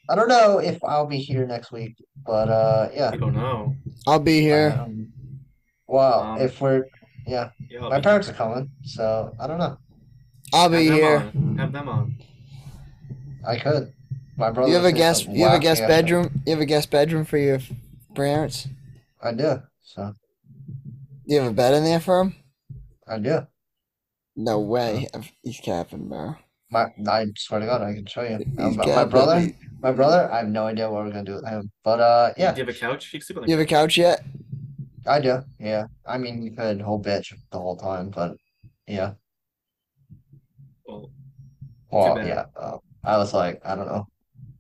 Speaker 3: I don't know if I'll be here next week, but uh, yeah.
Speaker 4: You don't know.
Speaker 2: I'll be here.
Speaker 3: Um, well,
Speaker 4: Um,
Speaker 3: if we're
Speaker 4: Yeah,
Speaker 3: my parents are coming, so I don't know.
Speaker 2: I'll be
Speaker 4: have
Speaker 2: here.
Speaker 4: Them on. Have them on.
Speaker 3: I could. My brother.
Speaker 2: You have a
Speaker 3: said
Speaker 2: guest.
Speaker 3: some
Speaker 2: You have a
Speaker 3: wacky
Speaker 2: guest
Speaker 3: ass-
Speaker 2: bedroom. You have a guest bedroom for your parents.
Speaker 3: I do. So
Speaker 2: You have a bed in there for him?
Speaker 3: I do.
Speaker 2: No way. He's capping, bro.
Speaker 3: My I swear to God, I can show you. Um,
Speaker 2: He's
Speaker 3: but my
Speaker 2: capping.
Speaker 3: brother, my brother. I have no idea what we're gonna do with him, but uh, yeah.
Speaker 4: Do you have a couch? You can sleep on the
Speaker 2: You have a couch yet?
Speaker 3: I do, yeah. I mean, you could whole bitch the whole time, but yeah.
Speaker 4: Well,
Speaker 3: Well,
Speaker 4: bad.
Speaker 3: yeah. Uh, I was like, I don't know.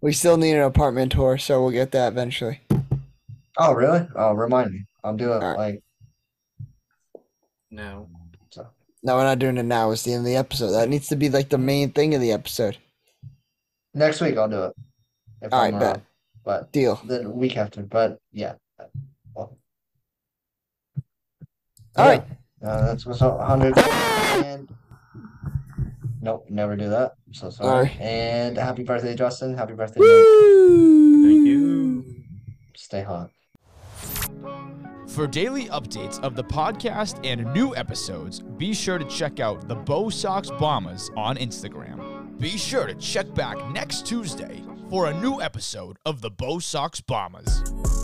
Speaker 2: We still need an apartment tour, so we'll get that eventually.
Speaker 3: Oh, really? Oh, remind me. I'll do it
Speaker 2: Alright.
Speaker 3: like
Speaker 4: no.
Speaker 3: so.
Speaker 2: No, we're not doing it now. It's the end of the episode. That needs to be like the main thing of the episode.
Speaker 3: Next week I'll do it if
Speaker 2: Alright,
Speaker 3: I'm
Speaker 2: bet.
Speaker 3: around. But
Speaker 2: Deal.
Speaker 3: the week after, but yeah. Well,
Speaker 2: All right.
Speaker 3: yeah. Uh, that's what's up. 100 and nope, never do that. I'm so sorry.
Speaker 2: Alright.
Speaker 3: And happy birthday, Justin. Happy birthday, Nick.
Speaker 4: Thank
Speaker 2: Thank
Speaker 4: you.
Speaker 3: Stay hot.
Speaker 5: For daily updates of the podcast and new episodes, be sure to check out the Bow Sox Bombers on Instagram. Be sure to check back next Tuesday for a new episode of the Bow Sox Bombers.